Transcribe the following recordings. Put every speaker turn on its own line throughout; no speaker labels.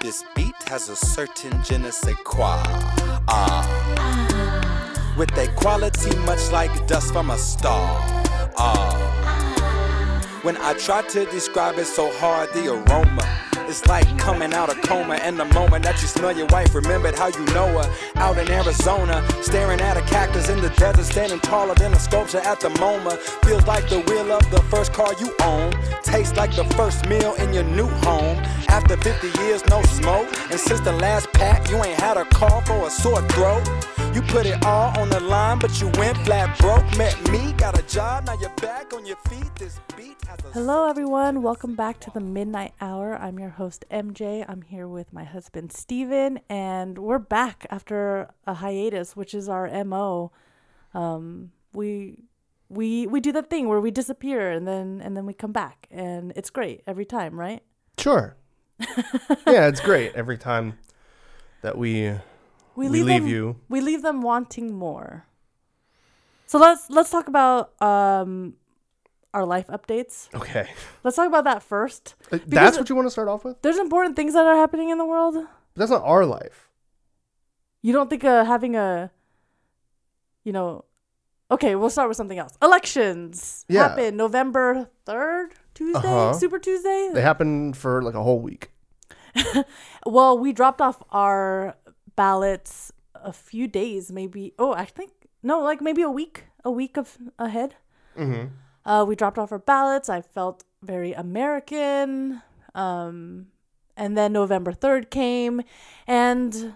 This beat has a certain je ne sais quoi. Ah. With a quality much like dust from a star. Ah. When I try to describe it so hard, the aroma. It's like coming out of coma and the moment that you smell your wife. Remembered how you know her out in Arizona, staring at a cactus in the desert, standing taller than a sculpture at the MoMA. Feels like the wheel of the first car you own. Tastes like the first meal in your new home. After 50 years, no smoke, and since the last pack, you ain't had a cough or a sore throat. You put it all on the line, but you went flat broke. Met me, got a job, now you're back on your feet. This beat has a
Hello, everyone. Welcome back to the Midnight Hour. I'm your host, MJ. I'm here with my husband, Steven, and we're back after a hiatus, which is our MO. Um, we. We we do that thing where we disappear and then and then we come back and it's great every time, right?
Sure. yeah, it's great every time that we. We leave
them,
you.
We leave them wanting more. So let's let's talk about um our life updates.
Okay.
Let's talk about that first.
Uh,
Because
That's what you want to start off with?
There's important things that are happening in the world.
But that's not our life.
You don't think uh, having a, you know, okay, we'll start with something else. Elections
Yeah.
happen November third, Tuesday,
Uh-huh.
Super Tuesday.
They happen for like a whole week.
Well, we dropped off our ballots a few days, maybe. Oh, I think no, like maybe a week, a week of ahead. Mm-hmm. Uh, we dropped off our ballots. I felt very American. Um, and then November third came, and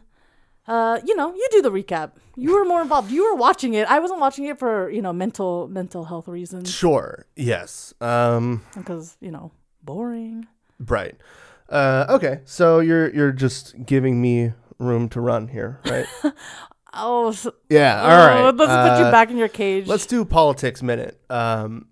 uh, you know, you do the recap. You were more involved. You were watching it. I wasn't watching it for you know mental mental health reasons
Sure. Yes. Um,
because you know boring.
right. Uh, okay. So you're you're just giving me room to run here, right?
Oh, s-
yeah. All
oh,
right.
let's put you
Uh,
back in your cage.
Let's do politics minute. Um,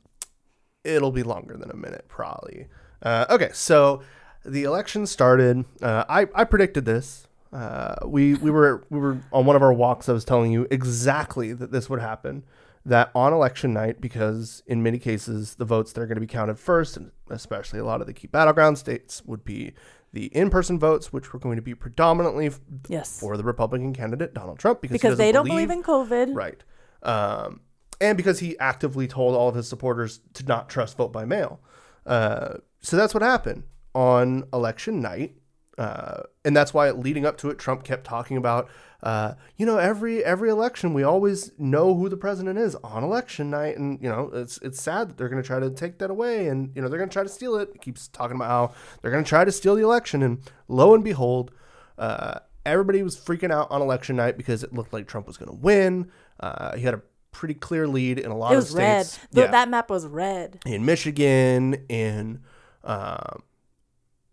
it'll be longer than a minute, probably. Uh, okay, so the election started. Uh, I I predicted this. Uh, we we were we were on one of our walks. I was telling you exactly that this would happen. That on election night, because in many cases the votes that are going to be counted first, and especially a lot of the key battleground states, would be the in-person votes, which were going to be predominantly f-
yes.
for the Republican candidate Donald Trump, because he
because they
doesn't
don't believe in COVID.
Right. Um, and because he actively told all of his supporters to not trust vote by mail. Uh, so that's what happened on election night. Uh, and that's why leading up to it, Trump kept talking about, uh, you know, every every election we always know who the president is on election night, and you know it's it's sad that they're going to try to take that away, and you know they're going to try to steal it. He keeps talking about how they're going to try to steal the election, and lo and behold, uh, everybody was freaking out on election night because it looked like Trump was going to win. Uh, he had a pretty clear lead in a lot
It
of
was red.
states.
Th-
Yeah.
That map was red.
in Michigan, in um,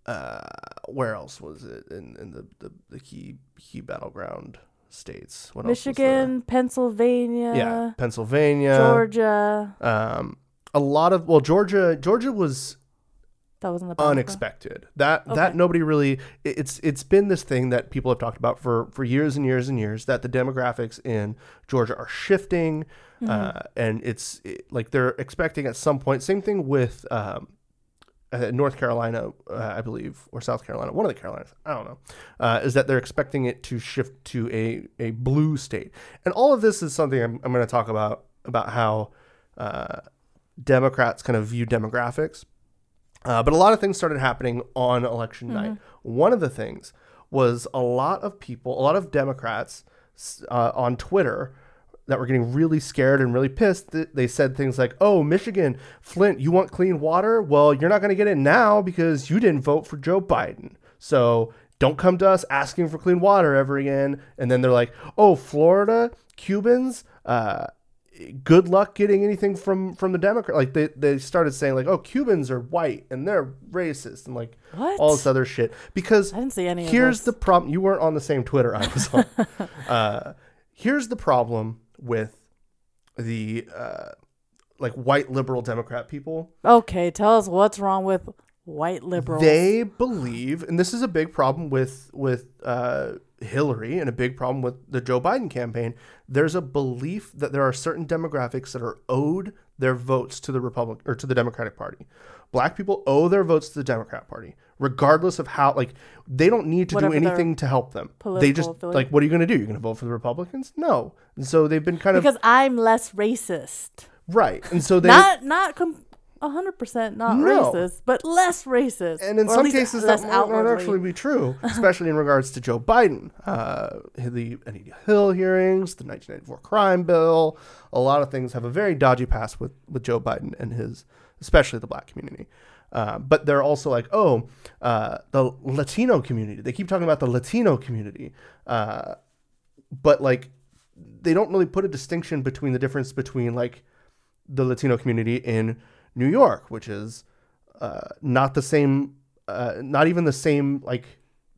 uh, where else was it? In, in the, the, the key key battleground states. What else was there?
Michigan, uh, Pennsylvania,
yeah, Pennsylvania,
Georgia.
Um, a lot of well, Georgia. Georgia was
That wasn't the background.
unexpected. That that
Okay.
nobody really it- it's it's been this thing that people have talked about for for years and years and years that the demographics in Georgia are shifting, uh, and it's it- like they're expecting at some point. Same thing with um, uh, North Carolina, uh, I believe, or South Carolina, one of the Carolinas, I don't know, uh, is that they're expecting it to shift to a, a blue state. And all of this is something I'm, I'm going to talk about, about how uh, Democrats kind of view demographics. Uh, but a lot of things started happening on election night. One of the things was a lot of people, a lot of Democrats s- uh, on Twitter that were getting really scared and really pissed. th- They said things like, "Oh, Michigan, Flint, you want clean water? Well, you're not going to get it now because you didn't vote for Joe Biden. So don't come to us asking for clean water ever again." And then they're like, "Oh, Florida, Cubans." Uh, good luck getting anything from from the democrat like they, they started saying like oh cubans are white and they're racist and like
What?
all this other shit because
I didn't see any of
here's
this.
the problem you weren't on the same twitter i was on uh, here's the problem with the uh, like white liberal democrat people
Okay, tell us what's wrong with white liberals.
they believe, and this is a big problem with with uh, Hillary and a big problem with the Joe Biden campaign. There's a belief that there are certain demographics that are owed their votes to the Republic or to the Democratic Party. Black people owe their votes to the Democrat Party, regardless of how. Like they don't need to
Whatever
do
their
anything to help them. They
political
just
affiliation.
like, what are you going to do? You're going to vote for the Republicans? No. And so they've been kind of
because I'm less racist.
right. And so they
not not com- 100% not
No.
racist, but less racist.
and in
Or at
some
least
cases
less
that might not
outwardly.
actually be true, especially in regards to Joe Biden, uh, the Anita Hill hearings, the 1994 crime bill. A lot of things have a very dodgy past with with Joe Biden and his, especially the black community. Uh, but they're also like, oh, uh, the Latino community. They keep talking about the Latino community, uh, but like, they don't really put a distinction between the difference between like the Latino community in New York, which is uh, not the same, uh, not even the same like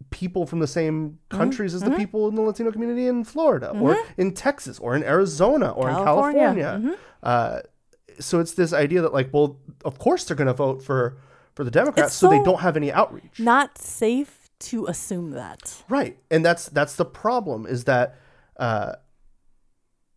people from the same
Mm-hmm.
countries as the people in the Latino community in Florida or in Texas or in Arizona or
California. Mm-hmm.
in California. Uh, so it's this idea that like, well, of course they're going to vote for for the Democrats,
It's
so, they
so-
don't have any outreach,
not safe to assume that.
right? And that's that's the problem is that. Uh,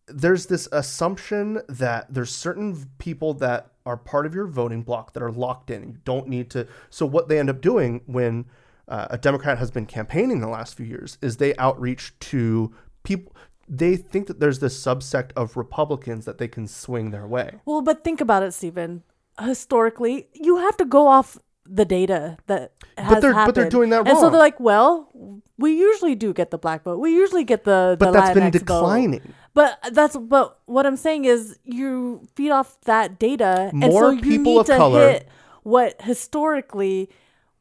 there's this assumption that there's certain v- people that are part of your voting block that are locked in. You don't need to. So what they end up doing when uh, a Democrat has been campaigning the last few years is they outreach to people. They think that there's this subsect of Republicans that they can swing their way.
Well, but think about it, Stephen. Historically, you have to go off the data that has
they're- but they're
happened.
doing that
And so
wrong.
they're like, well, we usually do get the black vote. We usually get the, the
But that's been
Latinx vote.
declining.
But that's but what I'm saying is you feed off that data, and so
More
you
people
need
of
to
color-
hit what historically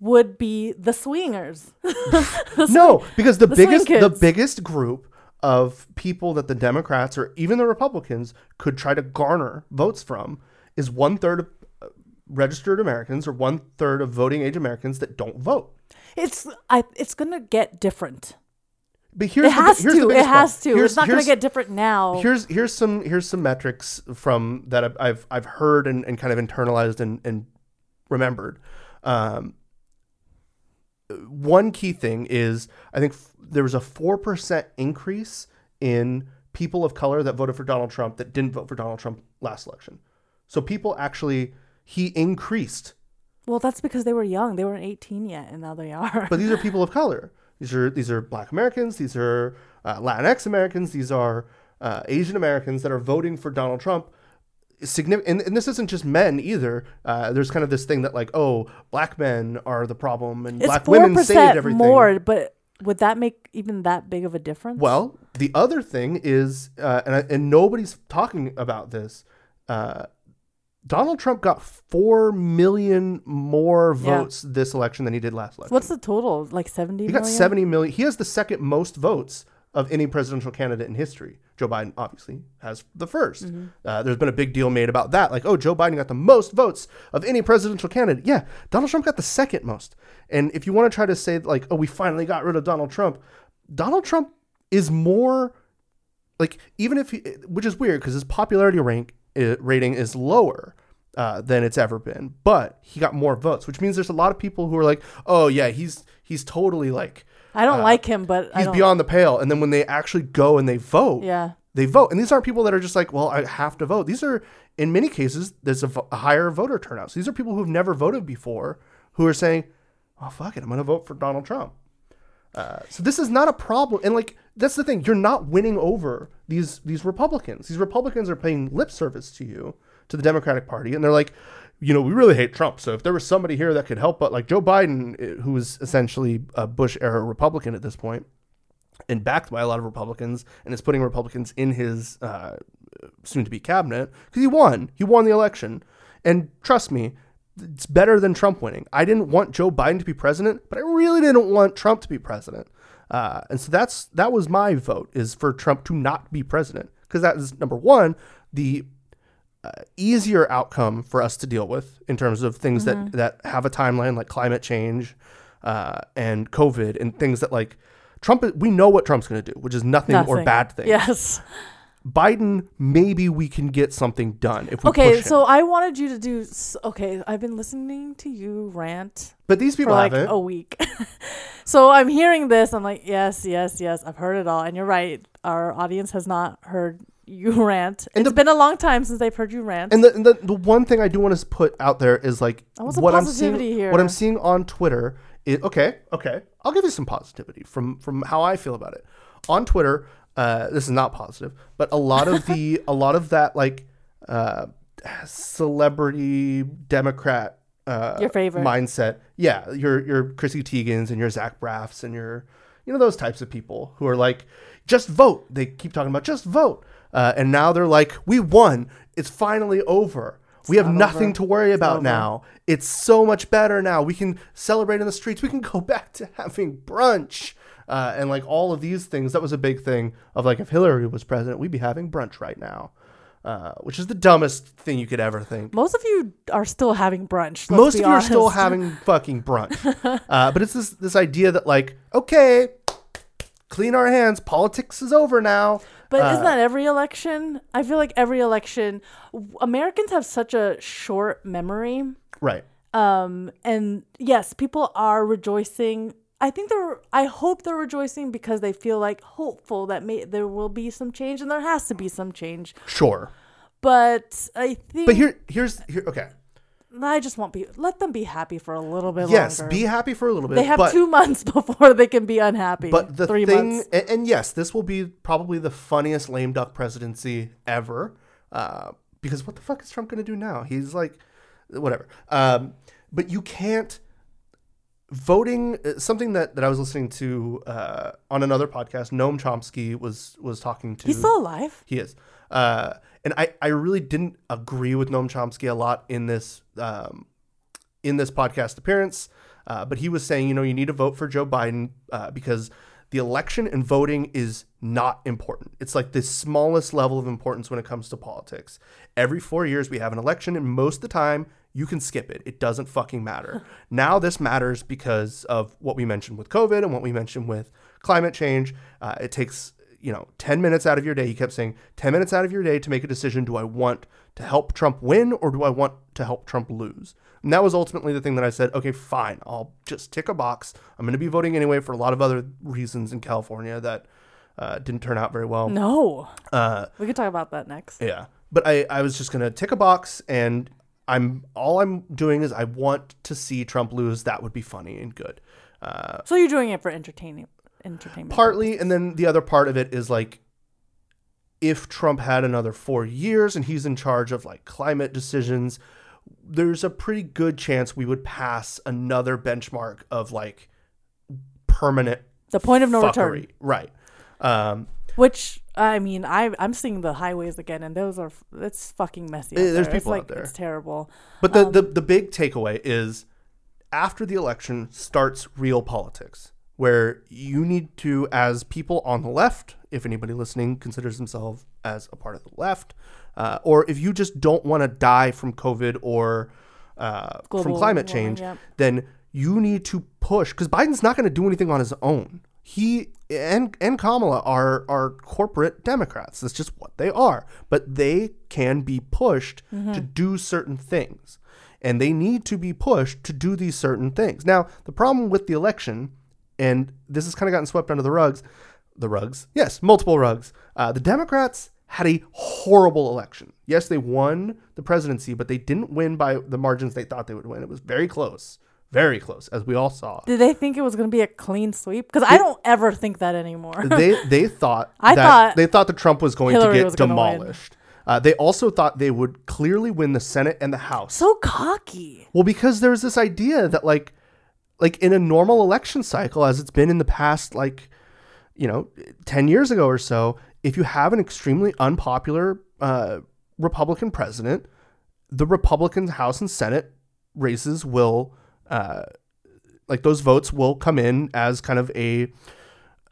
would be the swingers. The
No, because the,
the swing
biggest the
kids.
biggest group of people that the Democrats or even the Republicans could try to garner votes from is one third of uh, registered Americans or one third of voting age Americans that don't vote.
It's I. It's gonna get different.
But here's
it has
the, bi- here's
to.
The
It
biggest
has
problem.
to.
Here's-
it's not gonna
here's-
get different now.
Here's here's some here's some metrics from that I've I've, I've heard and, and kind of internalized and, and remembered. Um, one key thing is I think f- there was a four percent increase in people of color that voted for Donald Trump that didn't vote for Donald Trump last election. So people actually he increased
Well, that's because they were young. They weren't 18 yet, and now they are.
but these are people of color. These are these are Black Americans. These are uh, Latinx Americans. These are uh, Asian Americans that are voting for Donald Trump. Significant, and, and this isn't just men either. Uh, there's kind of this thing that like, oh, black men are the problem, and
it's
black
four
women saved
percent
everything.
more. But would that make even that big of a difference?
Well, the other thing is, uh, and I, and nobody's talking about this. Uh, Donald Trump got four million more
Yeah.
votes this election than he did last election.
what's the total? Like 70
He got
million?
70 million. He has the second most votes of any presidential candidate in history. Joe Biden obviously has the 1st Uh, there's been a big deal made about that. Like, oh, Joe Biden got the most votes of any presidential candidate. Yeah, Donald Trump got the second most. And if you want to try to say, like, oh, we finally got rid of Donald Trump, Donald Trump is more like even if he, which is weird because his popularity rank uh, rating is lower uh, than it's ever been, but he got more votes, which means there's a lot of people who are like, oh yeah, he's he's totally like
I don't like him, but I
uh, he's
don't.
beyond the pale. And then when they actually go and they vote,
yeah.
they vote, and these aren't people that are just like, well, I have to vote. These are in many cases there's a, vo- a higher voter turnout. So these are people who've never voted before who are saying, oh fuck it, I'm gonna vote for Donald Trump. Uh, So this is not a problem, and like that's the thing. You're not winning over these these Republicans. These Republicans are paying lip service to you, to the Democratic Party, and they're like, you know, we really hate Trump. So if there was somebody here that could help, but like Joe Biden, eh, who is essentially a Bush era Republican at this point, and backed by a lot of Republicans, and is putting Republicans in his uh, soon to be cabinet because he won. He won the election, and trust me. It's better than Trump winning. I didn't want Joe Biden to be president, but I really didn't want Trump to be president. Uh, and so that's that was my vote is for Trump to not be president because that is number one the uh, easier outcome for us to deal with in terms of things that that have a timeline like climate change uh, and COVID and things that like Trump we know what Trump's going to do, which is nothing, or
Nothing.
bad thing.
Yes.
Biden maybe we can get something done if we push
Okay,
him.
so I wanted you to do. s- Okay, I've been listening to you rant
but these
for
people
like
haven't.
a week. so I'm hearing this. I'm like, yes, yes, yes. I've heard it all. And you're right. Our audience has not heard you rant.
And
It's
the-
been a long time since I've heard you rant.
And the, and the the one thing I do want to put out there is like
I want some
what I'm
positivity
seeing
here.
what I'm seeing on Twitter is okay, okay. I'll give you some positivity from from how I feel about it. On Twitter, uh, this is not positive, but a lot of the a lot of that like uh, celebrity Democrat uh,
Your favorite.
mindset. Yeah, your your Chrissy Teigens and your Zach Braffs and your you know those types of people who are like, just vote. They keep talking about just vote, uh, and now they're like, we won. It's finally over. we have nothing to worry about now. It's so much better now. We can celebrate in the streets. We can go back to having brunch. Uh, and like all of these things, that was a big thing of like if Hillary was president, we'd be having brunch right now, uh, which is the dumbest thing you could ever think.
Most of you are still having brunch. let's
Most
be
of you are still
honest.
having fucking brunch. uh, but it's this this idea that like, okay, clean our hands. Politics is over now.
But
uh,
isn't that every election? I feel like every election, w- Americans have such a short memory.
Right.
Um, and yes, people are rejoicing. I think they're. I hope they're rejoicing because they feel like hopeful that may there will be some change, and there has to be some change.
Sure.
But I think.
But here here's here okay.
I just want be let them be happy for a little bit
Yes,
longer.
be happy for a little bit.
they have
but,
two months before they can be unhappy.
but the
three
thing
months.
and, and yes, this will be probably the funniest lame duck presidency ever. Uh, because what the fuck is Trump gonna do now? He's like whatever. Um, but you can't voting uh, something that, that I was listening to uh, on another podcast. Noam Chomsky was was talking to.
He's still alive.
He is. Uh, and I, I really didn't agree with Noam Chomsky a lot in this um, in this podcast appearance, uh, but he was saying, you know, you need to vote for Joe Biden uh, because the election and voting is not important. It's like the smallest level of importance when it comes to politics. Every four years we have an election, and most of the time you can skip it. It doesn't fucking matter. now this matters because of what we mentioned with COVID and what we mentioned with climate change. Uh, it takes you know, 10 minutes out of your day. He kept saying 10 minutes out of your day to make a decision. Do I want to help Trump win or do I want to help Trump lose? And that was ultimately the thing that I said, okay, fine. I'll just tick a box. I'm going to be voting anyway for a lot of other reasons in California that uh, didn't turn out very well.
No.
Uh,
we could talk about that next.
Yeah. But I, I was just gonna tick a box and I'm all I'm doing is I want to see Trump lose. That would be funny and good. Uh,
So you're doing it for entertaining entertainment.
partly and then the other part of it is like if Trump had another 4 years and he's in charge of like climate decisions there's a pretty good chance we would pass another benchmark of like permanent
the point of no
fuckery
return.
right um
Which I mean, I I'm seeing the highways again, and those are it's fucking messy. Out
Eh, there's
there. it's
people out
like,
there.
It's terrible.
But the, the
Um,
the big takeaway is after the election starts real politics, where you need to, as people on the left, if anybody listening considers themselves as a part of the left, uh, or if you just don't want to die from COVID or uh, from
Global
climate
warming,
change,
yep.
then you need to push because Biden's not going to do anything on his own. He and and Kamala are are corporate Democrats. That's just what they are. But they can be pushed to do certain things, and they need to be pushed to do these certain things. Now, the problem with the election, and this has kind of gotten swept under the rugs, the rugs. Yes, multiple rugs. Uh, the Democrats had a horrible election. Yes, they won the presidency, but they didn't win by the margins they thought they would win. It was very close, very close, as we all saw.
Did they think it was gonna be a clean sweep? Because I don't ever think that anymore.
they they thought
I
that,
thought
they thought that Trump was going
Hillary
to get
was gonna win.
demolished. Uh, they also thought they would clearly win the Senate and the House.
so cocky.
Well, because there's this idea that like like in a normal election cycle as it's been in the past like you know 10 years ago or so, if you have an extremely unpopular uh, Republican president, the Republican House and Senate races will uh, like those votes will come in as kind of a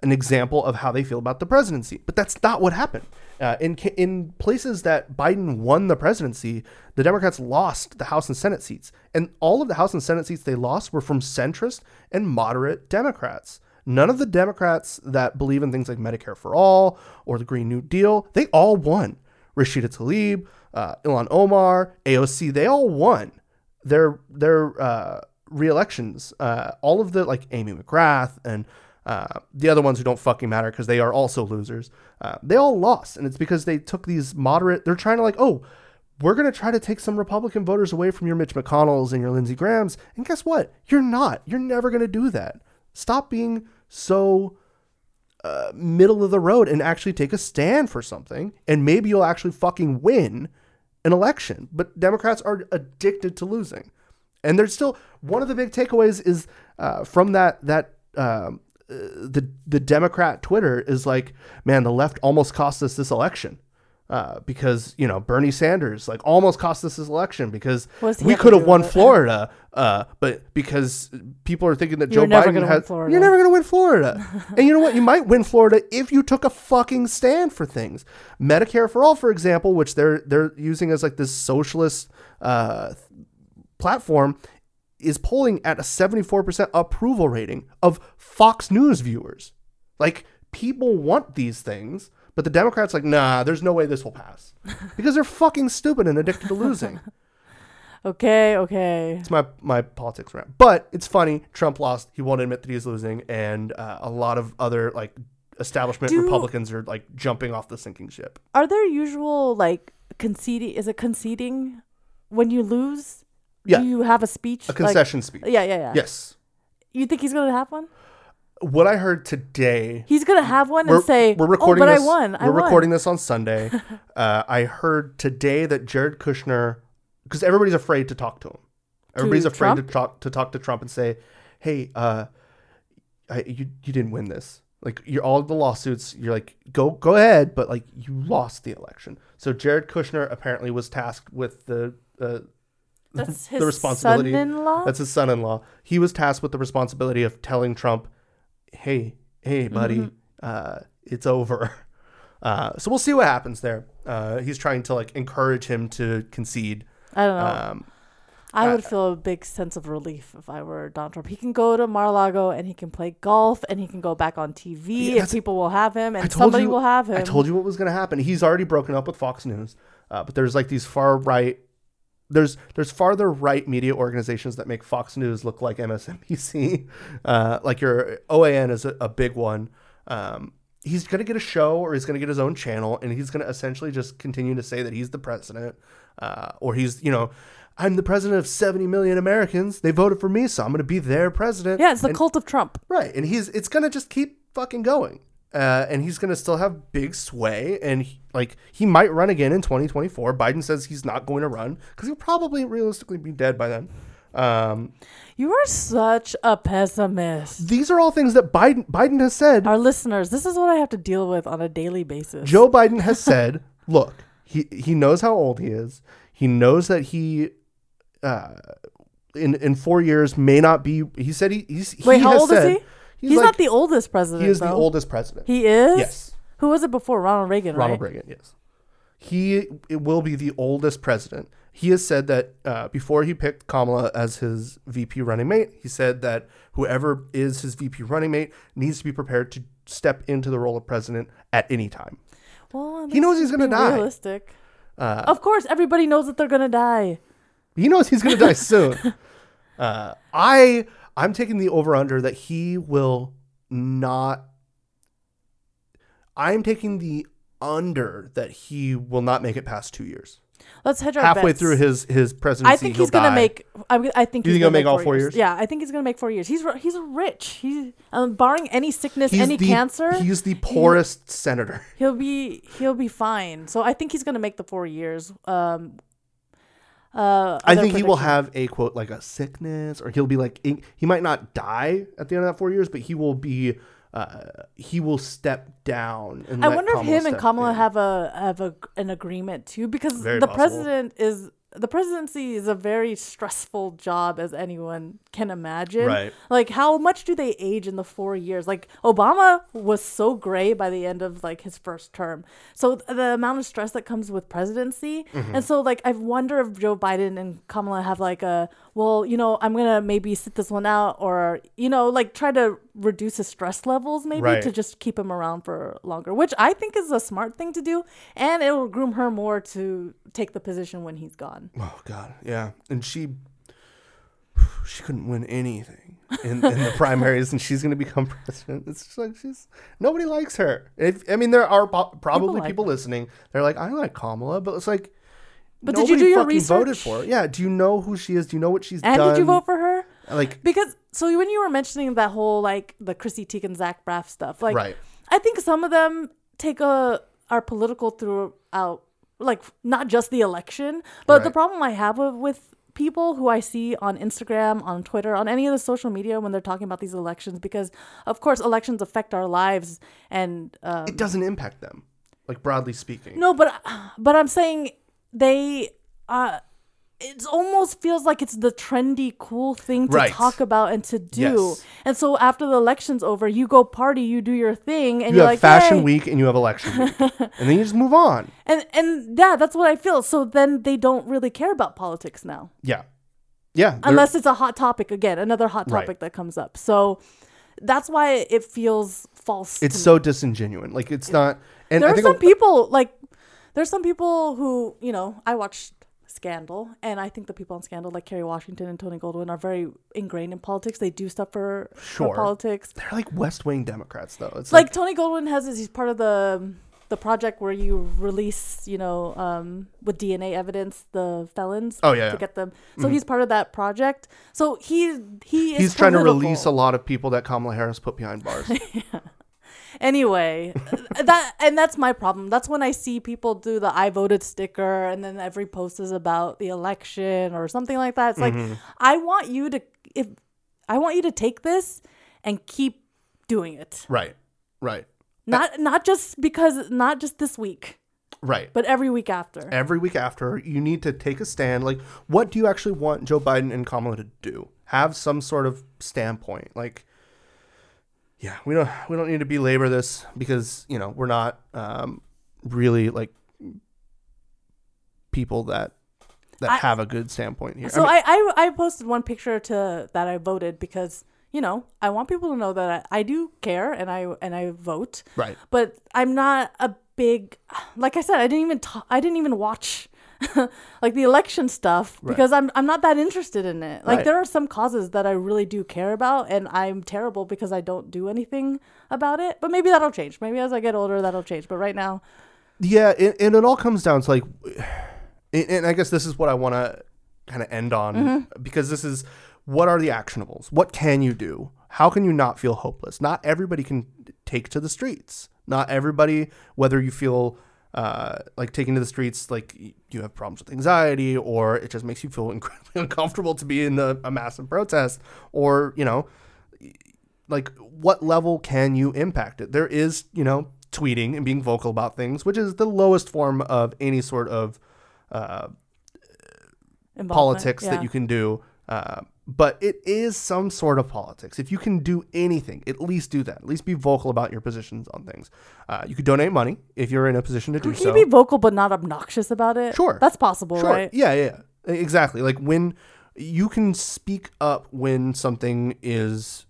an example of how they feel about the presidency. But that's not what happened. Uh, in ca- in places that Biden won the presidency, the Democrats lost the House and Senate seats, and all of the House and Senate seats they lost were from centrist and moderate Democrats. None of the Democrats that believe in things like Medicare for all or the Green New Deal, they all won. Rashida Tlaib, uh, Ilhan Omar, AOC, they all won their their uh, re-elections. Uh, all of the like Amy McGrath and Uh, the other ones who don't fucking matter because they are also losers. Uh, they all lost, and it's because they took these moderate. They're trying to like, oh, we're gonna try to take some Republican voters away from your Mitch McConnells and your Lindsey Graham's, and guess what? You're not. You're never gonna do that. Stop being so uh, middle of the road and actually take a stand for something, and maybe you'll actually fucking win an election. But Democrats are addicted to losing, and they're still one of the big takeaways is uh, from that that um, uh, the the Democrat Twitter is like, man, the left almost cost us this election. Uh, because you know Bernie Sanders like almost cost us this election because
What does he
we
have to
could
do
have won
with it?
Florida, uh, but because people are thinking that
You're
Joe
never
Biden
gonna win
has
Florida.
you're never going to win Florida, and you know what? You might win Florida if you took a fucking stand for things. Medicare for all, for example, which they're they're using as like this socialist uh, platform is polling at a 74% approval rating of Fox News viewers. Like people want these things, but the Democrats like, "Nah, there's no way this will pass." because they're fucking stupid and addicted to losing.
Okay, okay.
It's my my politics rant. But it's funny, Trump lost, he won't admit that he's losing and uh, a lot of other like establishment
Do-
Republicans are like jumping off the sinking ship.
Are there usual like conceding? Is it conceding when you lose?
Yeah.
Do you have a speech?
A concession speech.
Like, yeah, yeah, yeah.
Yes.
You think he's gonna have one?
What I heard today
He's gonna have one and say,
we're recording
"Oh, but
this,
I won. I
we're
won."
recording this on Sunday. uh, I heard today that Jared Kushner, because everybody's afraid to talk to him. Everybody's afraid
Trump?
to talk to talk to Trump and say, "Hey, uh, I, you you didn't win this. Like you're all the lawsuits. You're like go go ahead, but like you lost the election." So Jared Kushner apparently was tasked with the. Uh,
That's his
the responsibility.
son-in-law.
That's his son-in-law. He was tasked with the responsibility of telling Trump, "Hey, hey, buddy,
Mm-hmm.
uh, it's over." Uh, so we'll see what happens there. Uh, he's trying to like encourage him to concede.
I don't know.
Um,
I would feel a big sense of relief if I were Donald Trump. He can go to Mar-a-Lago and he can play golf and he can go back on TV and
that's-
people will have him and
told
somebody
you-
will have him.
I told you what was going to happen. He's already broken up with Fox News, uh, but there's like these far right. There's there's farther right media organizations that make Fox News look like MSNBC. Uh, like your OAN is a, a big one. Um, he's going to get a show, or he's going to get his own channel, and he's going to essentially just continue to say that he's the president, uh, or he's you know. I'm the president of 70 million Americans. They voted for me, so I'm going to be their president.
yeah, it's the
And-
cult of Trump.
Right, and he's it's gonna just keep fucking going, uh, and he's gonna still have big sway, and he, like he might run again in 2024. Biden says he's not going to run because he'll probably realistically be dead by then. Um,
You are such a pessimist.
these are all things that Biden Biden has said.
Our listeners, this is what I have to deal with on a daily basis.
Joe Biden has said, look, he he knows how old he is. He knows that he. Uh, in, in four years may not be he said he he's he
Wait, how
has
old
said-
is he? He's,
like-
not the oldest president.
he is the
though.
oldest president
He is.
Yes.
Who was it before Ronald Reagan?
Ronald
right?
Reagan, yes. He it will be the oldest president. He has said that uh, before he picked Kamala as his VP running mate, he said that whoever is his VP running mate needs to be prepared to step into the role of president at any time.
Well,
He knows he's
going to
die. Uh,
Realistic. of course, everybody knows that they're going to die.
He knows he's going to die soon. Uh, I I'm taking the over under that he will not. I'm taking the under that he will not make it past two years.
Let's hedge our
halfway
bets.
through his his presidency.
I think
he'll
he's gonna
die.
make. I, I think
You
he's
think he'll make all
four
four years?
Yeah, I think he's gonna make four years. He's ri- he's rich. He's um, barring any sickness,
He's
any
the-
cancer,
He's the poorest senator.
he'll be he'll be fine. So I think he's gonna make the four years. Um, uh,
I
other
think he will
prediction.
have a quote like a sickness, or he'll be like in- he might not die at the end of that four years, but he will be uh, he will step down. And
I
let
wonder if him and
step
Kamala
in.
have a have a an agreement too, because
Very
the
possible.
president is the presidency is a very stressful job as anyone can imagine.
Right.
Like how much do they age in the four years? Like Obama was so gray by the end of like his first term. So th- the amount of stress that comes with presidency,
Mm-hmm.
and so like I wonder if Joe Biden and Kamala have like a well, you know, I'm gonna maybe sit this one out, or you know, like try to reduce his stress levels maybe
Right.
to just keep him around for longer, which I think is a smart thing to do, and it will groom her more to take the position when he's gone.
Oh God, yeah, and she she couldn't win anything. in, in the primaries, and she's going to become president. It's just like she's nobody likes her. If, I mean, there are po- probably
People
people,
like her.
listening. They're like, I like Kamala, but it's like,
But did you do your
fucking voted
research?
for her. Yeah. Do you know who she is? Do you know what she's
And
done?
did you vote for her?
Like,
Because so when you were mentioning that whole like the Chrissy Teigen Zach Braff stuff, like
Right.
I think some of them take a are political throughout, like not just the election. But the
Right.
problem I have with, with people who I see on Instagram, on Twitter, on any of the social media when they're talking about these elections, because of course elections affect our lives and uh,
it doesn't impact them, like broadly speaking.
no, but but I'm saying they uh it almost feels like it's the trendy cool thing to
Right.
talk about and to do.
Yes.
And so after the election's over, you go party, you do your thing and
You
are
have
like
fashion
"Yay."
week and you have election week, and then you just move on.
And and yeah, that's what I feel. So then they don't really care about politics now.
Yeah, yeah. they're-
Unless it's a hot topic again, another hot
Right.
topic that comes up. So that's why it feels false.
it's so disingenuine. Like it's not. And
there
I
are
think
some
a-
people like there's some people who you know i watched scandal and i think the people on scandal like kerry washington and tony goldwyn are very ingrained in politics they do stuff for,
Sure.
for politics
they're like West Wing Democrats, though. It's
like
like,
tony goldwyn has is he's part of the the project where you release you know um, with dna evidence the felons
Oh, yeah,
to
yeah.
get them so he's part of that project so he he is
he's trying to
political.
release a lot of people that Kamala Harris put behind bars.
anyway uh, that and that's my problem that's when i see people do the i voted sticker and then every post is about the election or something like that it's like i want you to if i want you to take this and keep doing it
right, right,
not not just because not just this week
right.
but every week after
Every week after, you need to take a stand. Like, what do you actually want Joe Biden and Kamala to do? Have some sort of standpoint. Like, yeah, we don't we don't need to belabor this because you know we're not um, really like people that that
I-
have a good standpoint here. I
so
mean-
I, I I posted one picture to that I voted because you know I want people to know that I, I do care and I and I vote.
Right.
But I'm not a big like I said I didn't even ta- I didn't even watch like the election stuff because I'm I'm not that interested in it. Like
Right.
there are some causes that I really do care about and I'm terrible because I don't do anything about it. But maybe that'll change. Maybe as I get older that'll change. But right now
yeah and, and it all comes down to like and, and i guess this is what i want to kind of end on because this is what are the actionables what can you do how can you not feel hopeless not everybody can take to the streets not everybody whether you feel uh, like taking to the streets like y- you have problems with anxiety or it just makes you feel incredibly uncomfortable to be in a, a massive protest or you know like what level can you impact it there is you know tweeting and being vocal about things which is the lowest form of any sort of uh,
involvement,
politics
yeah.
that you can do uh, but it is some sort of politics if you can do anything at least do that at least be vocal about your positions on things uh, you could donate money if you're in a position to do
Can
so
you be vocal but not obnoxious about it?
Sure.
That's possible, right?
Yeah, yeah, yeah. E, Exactly. Like when you can speak up when something is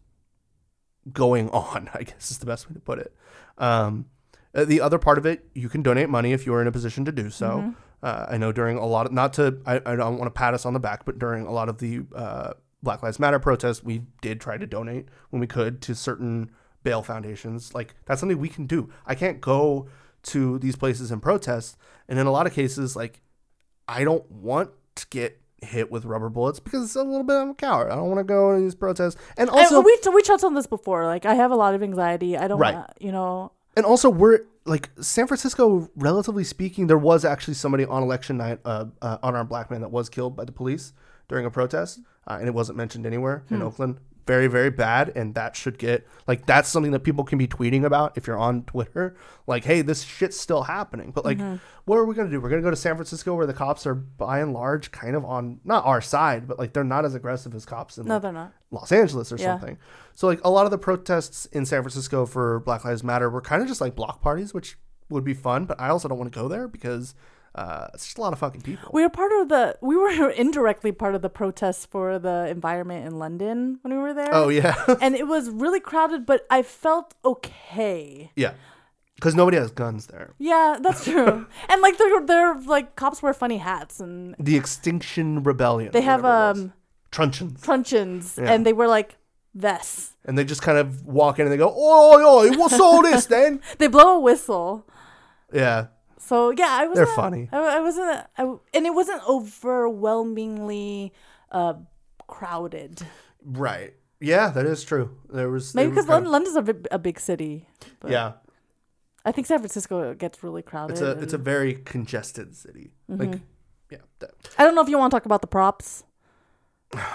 going on, I guess is the best way to put it. Um, uh, the other part of it, you can donate money if you're in a position to do so. Uh, I know during a lot of, not to, I, I don't want to pat us on the back, but during a lot of the uh, Black Lives Matter protests, we did try to donate when we could to certain bail foundations. Like that's something we can do. I can't go to these places and protest. And in a lot of cases, like I don't want to get hit with rubber bullets because it's a little bit of a coward. I don't want to go to these protests. And also,
and we we touched on this before. Like I have a lot of anxiety. I don't
Right.
want you know.
and also we're like San Francisco, relatively speaking, there was actually somebody on election night, uh, uh, unarmed black man that was killed by the police during a protest, uh, and it wasn't mentioned anywhere in Oakland. Very, very bad, and that should get like that's something that people can be tweeting about if you're on Twitter. Like, hey, this shit's still happening, but like, what are we gonna do? We're gonna go to San Francisco where the cops are by and large kind of on not our side, but like they're not as aggressive as cops in
No,
like,
they're not.
Los Angeles or
Yeah.
something. So like a lot of the protests in San Francisco for Black Lives Matter were kind of just like block parties, which would be fun, but I also don't want to go there because uh, it's just a lot of fucking people.
We were part of the. We were indirectly part of the protests for the environment in London when we were there.
Oh yeah,
And it was really crowded, but I felt okay.
yeah, because nobody has guns there.
Yeah, that's true. and like they're they're like cops wear funny hats and
The Extinction Rebellion.
they
or
have
whatever it was.
um
truncheons.
truncheons
Yeah.
and they were like vests.
and they just kind of walk in and they go, "Oi, oi, what's all this then?"
They blow a whistle.
Yeah,
So yeah, I was.
They're funny.
I, I wasn't. I, and it wasn't overwhelmingly uh, crowded.
right. Yeah, that is true. There was
Maybe
there was
because
kind
London, London's a, bi- a big city.
of- yeah,
I think San Francisco gets really crowded.
it's a it's a very congested city.
Mm-hmm.
Like, yeah, that-
I don't know if you want to talk about the props.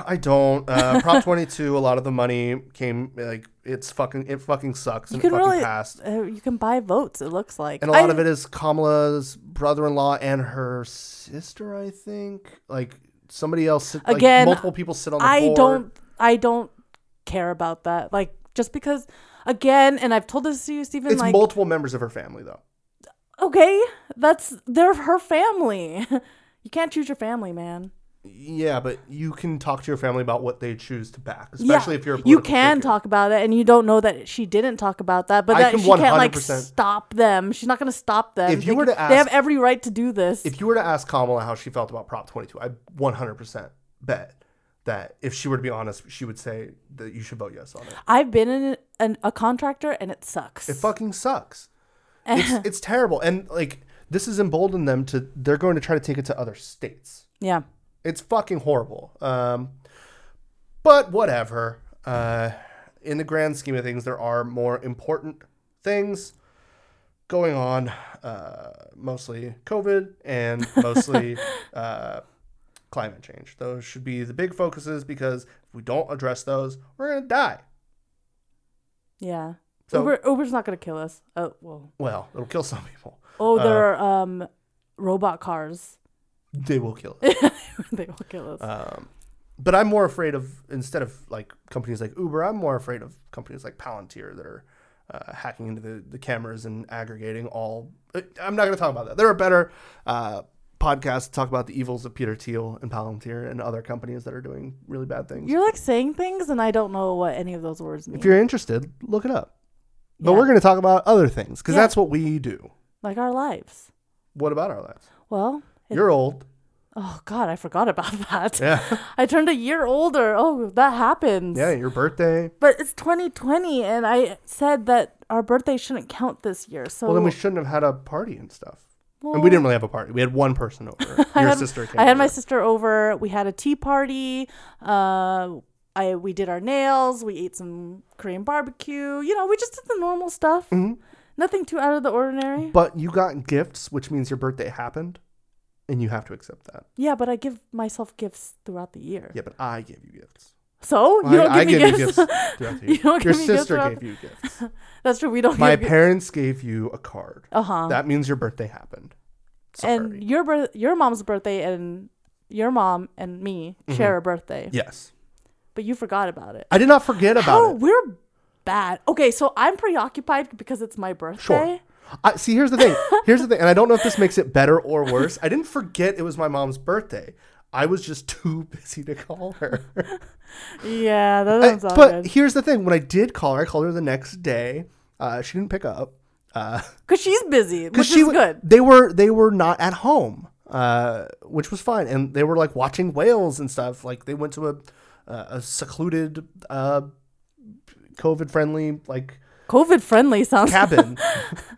I don't. Uh, Prop twenty two. A lot of the money came like it's fucking it fucking sucks and it
You can
fucking
really.
passed.
Uh, you can buy votes. It looks like.
And a lot
I-
of it is Kamala's brother-in-law and her sister, I think. Like somebody else. Sit, like,
Again,
multiple people sit on the
I
board.
don't I don't care about that. Like just because again, and I've told this to you, Stephen.
It's
like
multiple members of her family, though.
okay, that's they're her family. you can't choose your family, man.
Yeah, but you can talk to your family about what they choose to back, especially if you're. A
you
political
can
figure.
talk about it, and you don't know that she didn't talk about that, but
I
that
can
she can't like
100%
stop them. She's not gonna stop them.
If you
They
were
can-
to
they have
ask-
every right to do this.
If you were to ask Kamala how she felt about Prop 22, I 100% bet that if she were to be honest, she would say that you should vote yes on it.
I've been in an, a contractor, and it sucks.
It fucking sucks. It's, it's terrible, and like this has emboldened them to. They're going to try to take it to other states.
yeah,
It's fucking horrible. Um, but whatever. Uh, in the grand scheme of things, there are more important things going on. Uh, mostly COVID and mostly uh, climate change. Those should be the big focuses because if we don't address those, we're gonna die.
yeah.
So-
Uber, Uber's not gonna kill us. Oh well.
Well, it'll kill some people.
Oh, there are um, robot cars.
They will kill us.
they will kill us.
Um, but I'm more afraid of instead of like companies like Uber, I'm more afraid of companies like Palantir that are uh, hacking into the, the cameras and aggregating all. uh, I'm not going to talk about that. There are better uh, podcasts to talk about the evils of Peter Thiel and Palantir and other companies that are doing really bad things.
you're like saying things, and I don't know what any of those words mean.
if you're interested, look it up. But
Yeah.
we're going to talk about other things because
Yeah.
that's what we do.
like our lives.
What about our lives?
Well, it-
You're old.
oh God, I forgot about that.
Yeah.
I turned a year older. Oh, that happens.
yeah, your birthday.
But it's 2020, and I said that our birthday shouldn't count this year. So
Well, then we shouldn't have had a party and stuff. and we didn't really have a party. We had one person over. Your
I had,
sister came.
I had
over.
my sister over. We had a tea party. Uh, I we did our nails. We ate some Korean barbecue. You know, we just did the normal stuff.
Mm-hmm.
Nothing too out of the ordinary.
But you got gifts, which means your birthday happened, and you have to accept that.
Yeah, but I give myself gifts throughout the year.
Yeah, but I gave you gifts.
So you don't give
I, I
me
gave
gifts.
you gifts throughout the year.
You don't
your
give me gifts
sister
throughout
gave you gifts.
That's true. We don't
My
give gifts.
parents gave you a card.
Uh huh.
That means your birthday happened. Sorry.
And your birth, your mom's birthday, and your mom and me
Mm-hmm.
share a birthday.
yes,
But you forgot about it.
I did not forget about
Oh,
it.
we're bad. Okay, so I'm preoccupied because it's my birthday.
Sure. I, see, here's the thing. Here's the thing, and I don't know if this makes it better or worse. I didn't forget it was my mom's birthday. I was just too busy to call her.
Yeah, that
I-
doesn't sound
but
good.
here's the thing: when I did call her, I called her the next day. Uh, she didn't pick up. Uh,
Because she's busy, which
she
is
w-
good.
They were they were not at home, uh, which was fine, and they were like watching whales and stuff. Like they went to a uh, a secluded, uh, COVID friendly like
COVID friendly sounds.
cabin.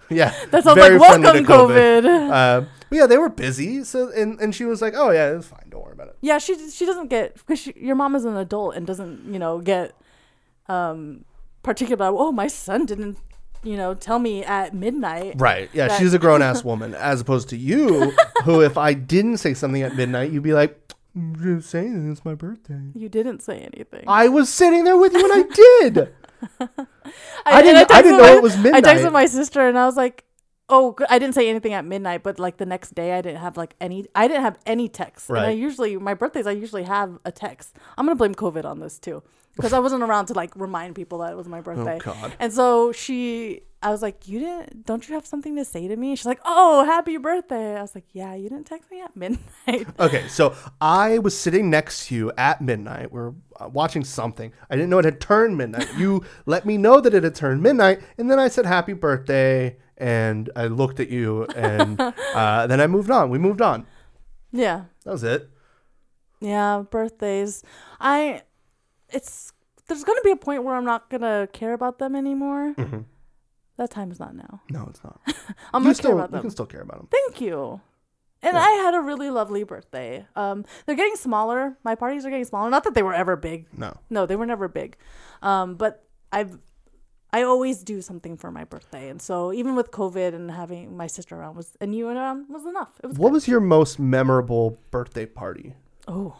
yeah,
That sounds
very
like
friendly
welcome,
to
COVID.
Uh, but yeah, they were busy. So and and she was like, oh yeah, it's fine. Don't worry about it.
Yeah, she she doesn't get because your mom is an adult and doesn't you know get um particular about oh my son didn't you know tell me at midnight
Right. Yeah,
That-
she's a grown ass woman, as opposed to you, who if I didn't say something at midnight, you'd be like, "You didn't say anything. It's my birthday.
you didn't say anything.
I was sitting there with you, and I did. I
and
didn't- I
texted
didn't know
my-
it was
I
midnight.
texted my sister and I was like, "Oh, g- I didn't say anything at midnight, but like the next day, I didn't have like any. I didn't have any texts. And I
Right.
usually my birthdays, I usually have a text. I'm gonna blame COVID on this too, because I wasn't around to like remind people that it was my birthday.
Oh, God.
And so she, I was like, "You didn't? Don't you have something to say to me?" She's like, "Oh, happy birthday." I was like, "Yeah, you didn't text me at midnight."
Okay, so I was sitting next to you at midnight. We are watching something. I didn't know it had turned midnight. You let me know that it had turned midnight, and then I said happy birthday, and I looked at you, and uh, then I moved on. We moved on.
yeah.
That was it.
Yeah, birthdays. I it's there's gonna be a point where I'm not gonna care about them anymore. That time is not now.
No, it's not.
I'm
Mm-hmm.
gonna
you still
care about
you
them.
can still care about them.
Thank you. And I had a really lovely birthday. Um, they're getting smaller. My parties are getting smaller. Not that they were ever big.
No.
No, they were never big. Um, but I've I always do something for my birthday, and so even with COVID and having my sister around was and you around was enough. It was
What was your most memorable birthday party?
oh,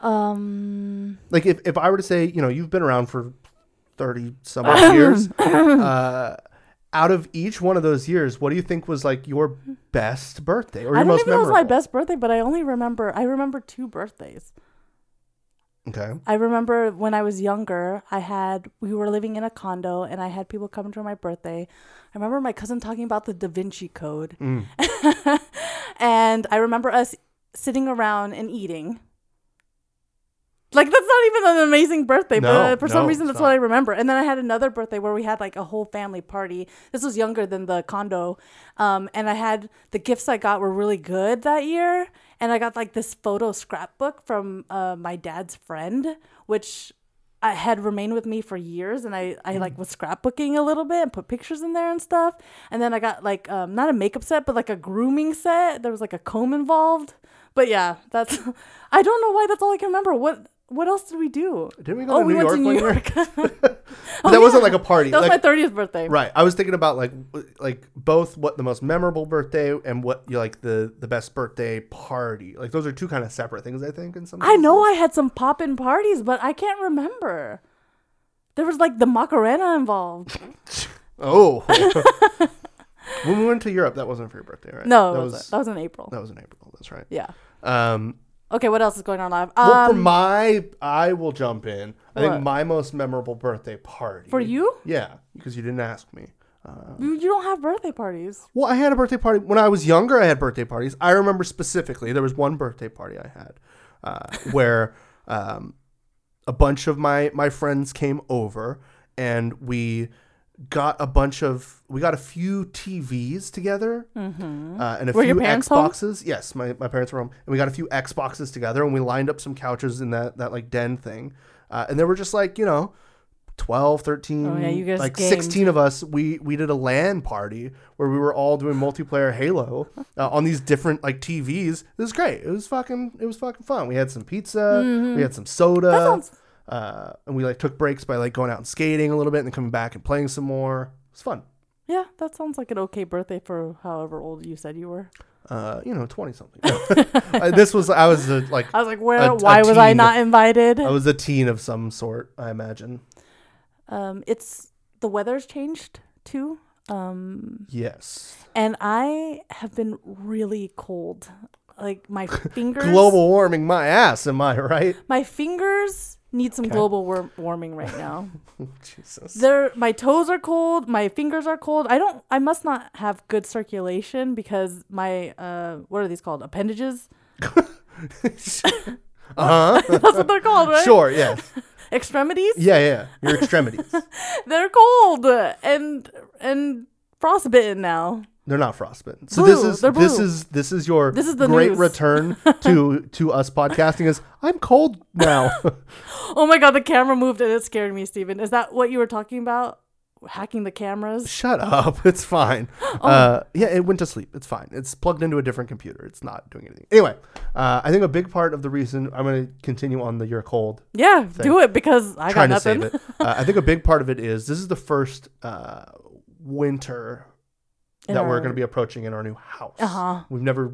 um,
Like if, if I were to say, you know, you've been around for thirty some odd years. uh, out of each one of those years, what do you think was like your best birthday or your
I don't
most
even know it was
memorable?
my best birthday, but I only remember I remember two birthdays.
Okay.
I remember when I was younger, I had we were living in a condo and I had people coming to my birthday. I remember my cousin talking about the Da Vinci Code.
Mm.
and I remember us sitting around and eating. Like that's not even an amazing birthday,
No,
but for some
no,
reason
it's
that's what I
not.
remember. And then I had another birthday where we had like a whole family party. This was younger than the condo, um, and I had the gifts I got were really good that year. And I got like this photo scrapbook from uh, my dad's friend, which I had remained with me for years. And I,
Mm.
I like was scrapbooking a little bit and put pictures in there and stuff. And then I got like um, not a makeup set, but like a grooming set. There was like a comb involved. But yeah, that's I don't know why that's all I can remember. What what else did Oh, we do?
Didn't we go to New York one year?
York. Oh,
But that wasn't like a party.
That was my
like,
thirtieth birthday.
Right. I was thinking about like w- like both what the most memorable birthday and what you like the the best birthday party. Like those are two kind of separate things I think in some
I know I had some poppin' parties, but I can't remember. There was like the Macarena involved.
Oh. when we went to Europe that wasn't for your birthday, right?
No,
That
that was
was
that was in April.
that was in April. That's right.
Yeah.
Um
Okay, what else is going on live? Um,
well, for my I will jump in. I
What?
think my most memorable birthday party.
for you,
Yeah, because you didn't ask me. Uh,
you, you don't have birthday parties.
well, I had a birthday party when I was younger. I had birthday parties. I remember specifically there was one birthday party I had uh, where um, a bunch of my my friends came over and we got a bunch of we got a few TVs together uh, and a
Mm-hmm. Were
few
your parents home?
Xboxes. Yes, my, my parents were home and we got a few Xboxes together and we lined up some couches in that that like den thing uh, and they were just like you know. 12 13
Oh, yeah, you guys
like
gamed.
16 of us we we did a lan party where we were all doing multiplayer halo uh, on these different like tvs it was great it was fucking it was fucking fun we had some pizza we had some soda
Mm-hmm. sounds-
uh, and we like took breaks by like going out and skating a little bit and then coming back and playing some more it was fun
Yeah, that sounds like an okay birthday for however old you said you were.
uh, you know 20 something Uh, this was i was a, like
I was like, where?
A- a
why was I
teen.
not invited?
i was a teen of some sort i imagine
Um, it's the weather's changed too. Um,
yes
and I have been really cold. Like my fingers,
global warming my ass am i right
my fingers need some global war- warming right now.
jesus
They're, my toes are cold, my fingers are cold. I don't, I must not have good circulation because my, uh, what are these called? Appendages?
uh-huh
That's what they're called, right?
sure yes
Extremities?
Yeah, yeah. Your extremities.
They're cold and, and frostbitten now.
They're not frostbitten. So
Blue,
this is
they're
this
blue.
is this is your
This is the
great
news.
return to to us podcasting is I'm cold now.
Oh my God, the camera moved and it scared me, Steven. Is that what you were talking about? Hacking the cameras?
Shut up. It's fine.
Oh.
Uh, yeah, it went to sleep. It's fine. It's plugged into a different computer. It's not doing anything. Anyway, uh, I think a big part of the reason I'm going to continue on the you're cold
Yeah, do it because I got
trying to
nothing.
save it. Uh, I think a big part of it is this is the first uh, winter
In
that we're
our-
going to be approaching in our new house.
Uh-huh.
We've never.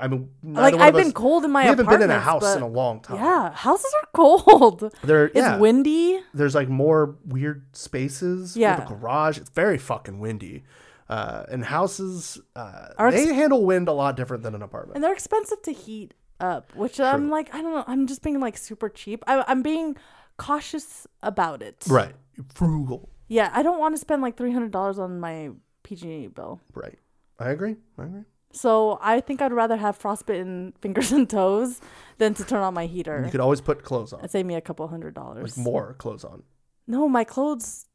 I mean, neither
like
one of
I've been
us-
cold in my
we haven't been in a
apartments,
house in
but-
a long time.
Yeah, houses are cold.
There,
It's
yeah.
windy.
There's like more weird spaces. We have
Yeah.
a garage. It's very fucking windy. Uh, and houses, uh,
Our
they handle wind a lot different than an apartment.
And they're expensive to heat up, which I'm like, I don't know. I'm just being like super cheap. I, I'm being cautious about it.
Right. Frugal.
Yeah, I don't want to spend like $300 on my PG&E bill.
Right. I agree. I agree.
So I think I'd rather have frostbitten fingers and toes than to turn on my heater.
You could always put clothes on,
It'd save me a couple hundred dollars.
like more clothes on.
no, my clothes,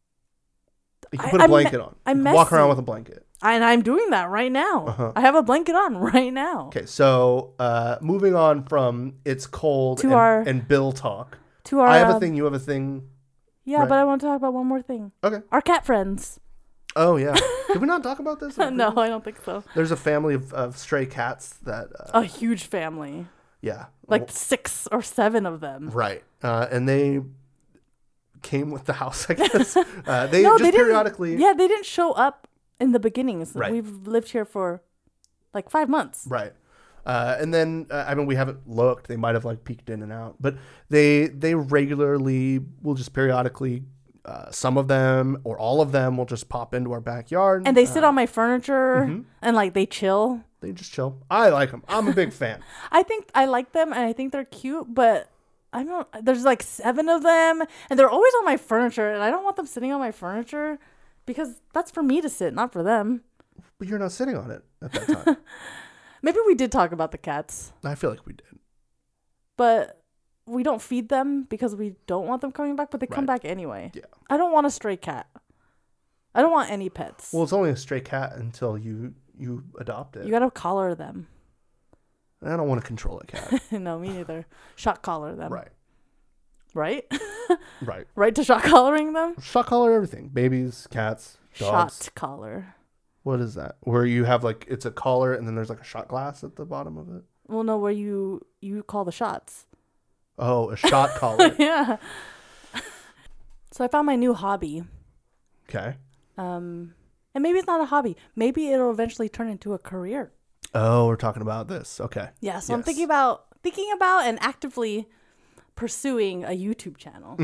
You
I-
can put a
I'm me-
blanket on.
I'm
You can walk
messy.
around with a blanket.
and I'm doing that right now.
Uh-huh.
I have a blanket on right now.
Okay. So, uh, moving on from it's cold
To
and,
our-
and bill talk
to our
I have a
um,
thing. You have a thing.
Yeah,
right.
but I want to talk about one more thing.
Okay.
Our cat friends.
Oh yeah. Did we not talk about this?
no, I don't think so.
There's a family of, of stray cats that. Uh,
A huge family. Oh.
yeah. Oh,
Like six or seven of them.
Right. Uh, and they came with the house, I guess. Uh, they just
didn't-
periodically.
Yeah, they didn't show up in the beginnings.
Right.
We've lived here for like five months.
Right. Uh, and then uh, I mean we haven't looked. They might have like peeked in and out, but they they regularly will just periodically. Uh, some of them or all of them will just pop into our backyard.
And they sit on my furniture
mm-hmm.
and like they chill.
they just chill. I like them. I'm a big fan.
I think I like them and I think they're cute, but I don't. There's like seven of them and they're always on my furniture and I don't want them sitting on my furniture because that's for me to sit, not for them.
But you're not sitting on it at that time.
Maybe we did talk about the cats,
I feel like we did.
but we don't feed them because we don't want them coming back, but they come
Right.
back anyway.
Yeah.
I don't want a stray cat. I don't want any pets.
Well, it's only a stray cat until you you adopt it.
you gotta collar them.
I don't want to control a cat.
no, me neither. Shot collar them.
right.
Right?
Right.
right to shot collaring them?
Shot collar everything. Babies, cats, dogs.
Shot collar.
What is that? Where you have like it's a collar and then there's like a shot glass at the bottom of it.
Well, no, where you you call the shots.
Oh, a shot collar.
yeah. so I found my new hobby.
Okay.
Um, and maybe it's not a hobby. Maybe it'll eventually turn into a career.
Oh, we're talking about this. Okay.
Yeah. So I'm
Yes.
thinking about thinking about and actively pursuing a YouTube channel.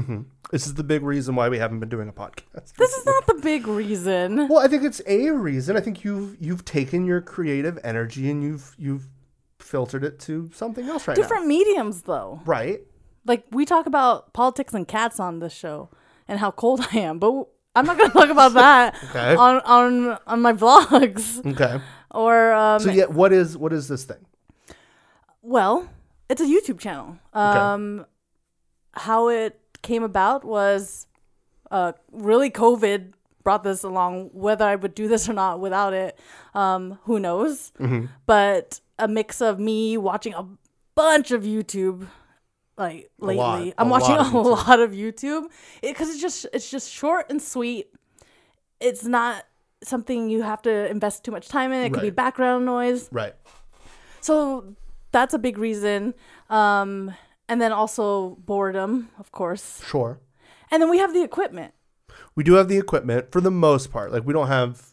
This is the big reason why we haven't been doing a podcast.
this is not the big reason.
well, I think it's a reason. I think you've you've taken your creative energy and you've you've filtered it to something else right
Different mediums, though.
now. Right.
Like we talk about politics and cats on this show, and how cold I am. But I'm not gonna talk about that
Okay.
on on on my vlogs
Okay.
or um,
So yeah, what is what is this thing?
Well, it's a YouTube channel. Um, How it came about was uh, really COVID brought this along. Whether I would do this or not without it, um, who knows?
Mm-hmm.
But a mix of me watching a bunch of YouTube. Like lately,
lot.
I'm
A
watching
lot of
a
YouTube.
lot of YouTube because it's just it's just short and sweet it's not something you have to invest too much time in. It could be
Right.
background noise.
Right.
So that's a big reason. Um, and then also boredom, of course.
Sure.
And then we have the equipment.
We do have the equipment for the most part. Like we don't have.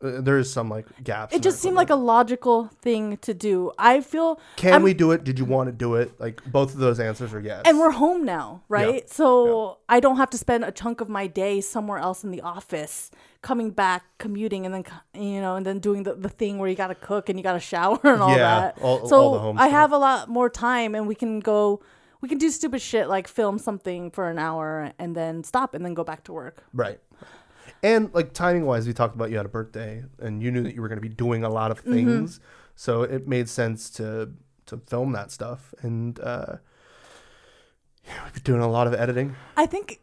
Uh, there is some like gaps.
It just seemed like a logical thing to do. I feel
Can
I'm-
we do it? Did you want to do it? Like both of those answers are yes.
and we're home now, right? So I don't have to spend a chunk of my day somewhere else in the office, coming back, commuting, and then co- you know, and then doing the, the thing where you gotta cook and you gotta shower and all
Yeah,
that.
all- all
so
the home
I
stuff.
have a lot more time, and we can go, we can do stupid shit like film something for an hour and then stop and then go back to work.
right. And like timing wise, we talked about you had a birthday and you knew that you were going to be doing a lot of
Mm-hmm.
things, so it made sense to to film that stuff and. uh yeah, we've been doing a lot of editing.
I think,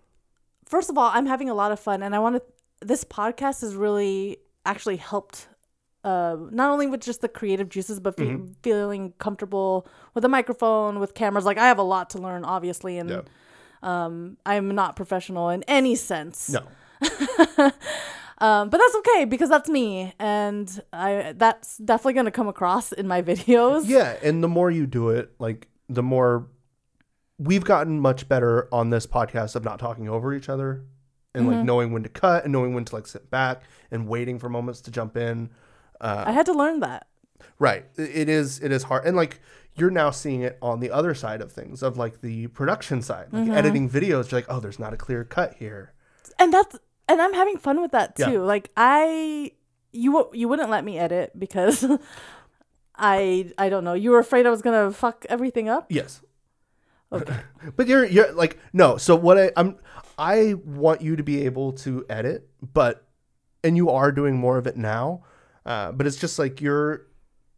first of all, I'm having a lot of fun, and I want to. This podcast has really actually helped, uh, not only with just the creative juices, but fe-
Mm-hmm.
feeling comfortable with a microphone, with cameras. Like I have a lot to learn, obviously, and
Yeah.
um, I'm not professional in any sense.
No.
Um, but that's okay because that's me, and I that's definitely gonna come across in my videos.
Yeah, and the more you do it, like the more we've gotten much better on this podcast of not talking over each other and like knowing when to cut and knowing when to like sit back and waiting for moments to jump in.
I had to learn that.
Right. I- It is it is hard. And like you're now seeing it on the other side of things of like the production side, like editing videos, you're like, "Oh, there's not a clear cut here."
and that's and I'm having fun with that too.
Yeah.
Like I, you wo- you wouldn't let me edit because I I don't know. You were afraid I was gonna fuck everything up.
Yes. but you're you're like no. So what I, I'm I want you to be able to edit, but and you are doing more of it now. Uh, but it's just like you're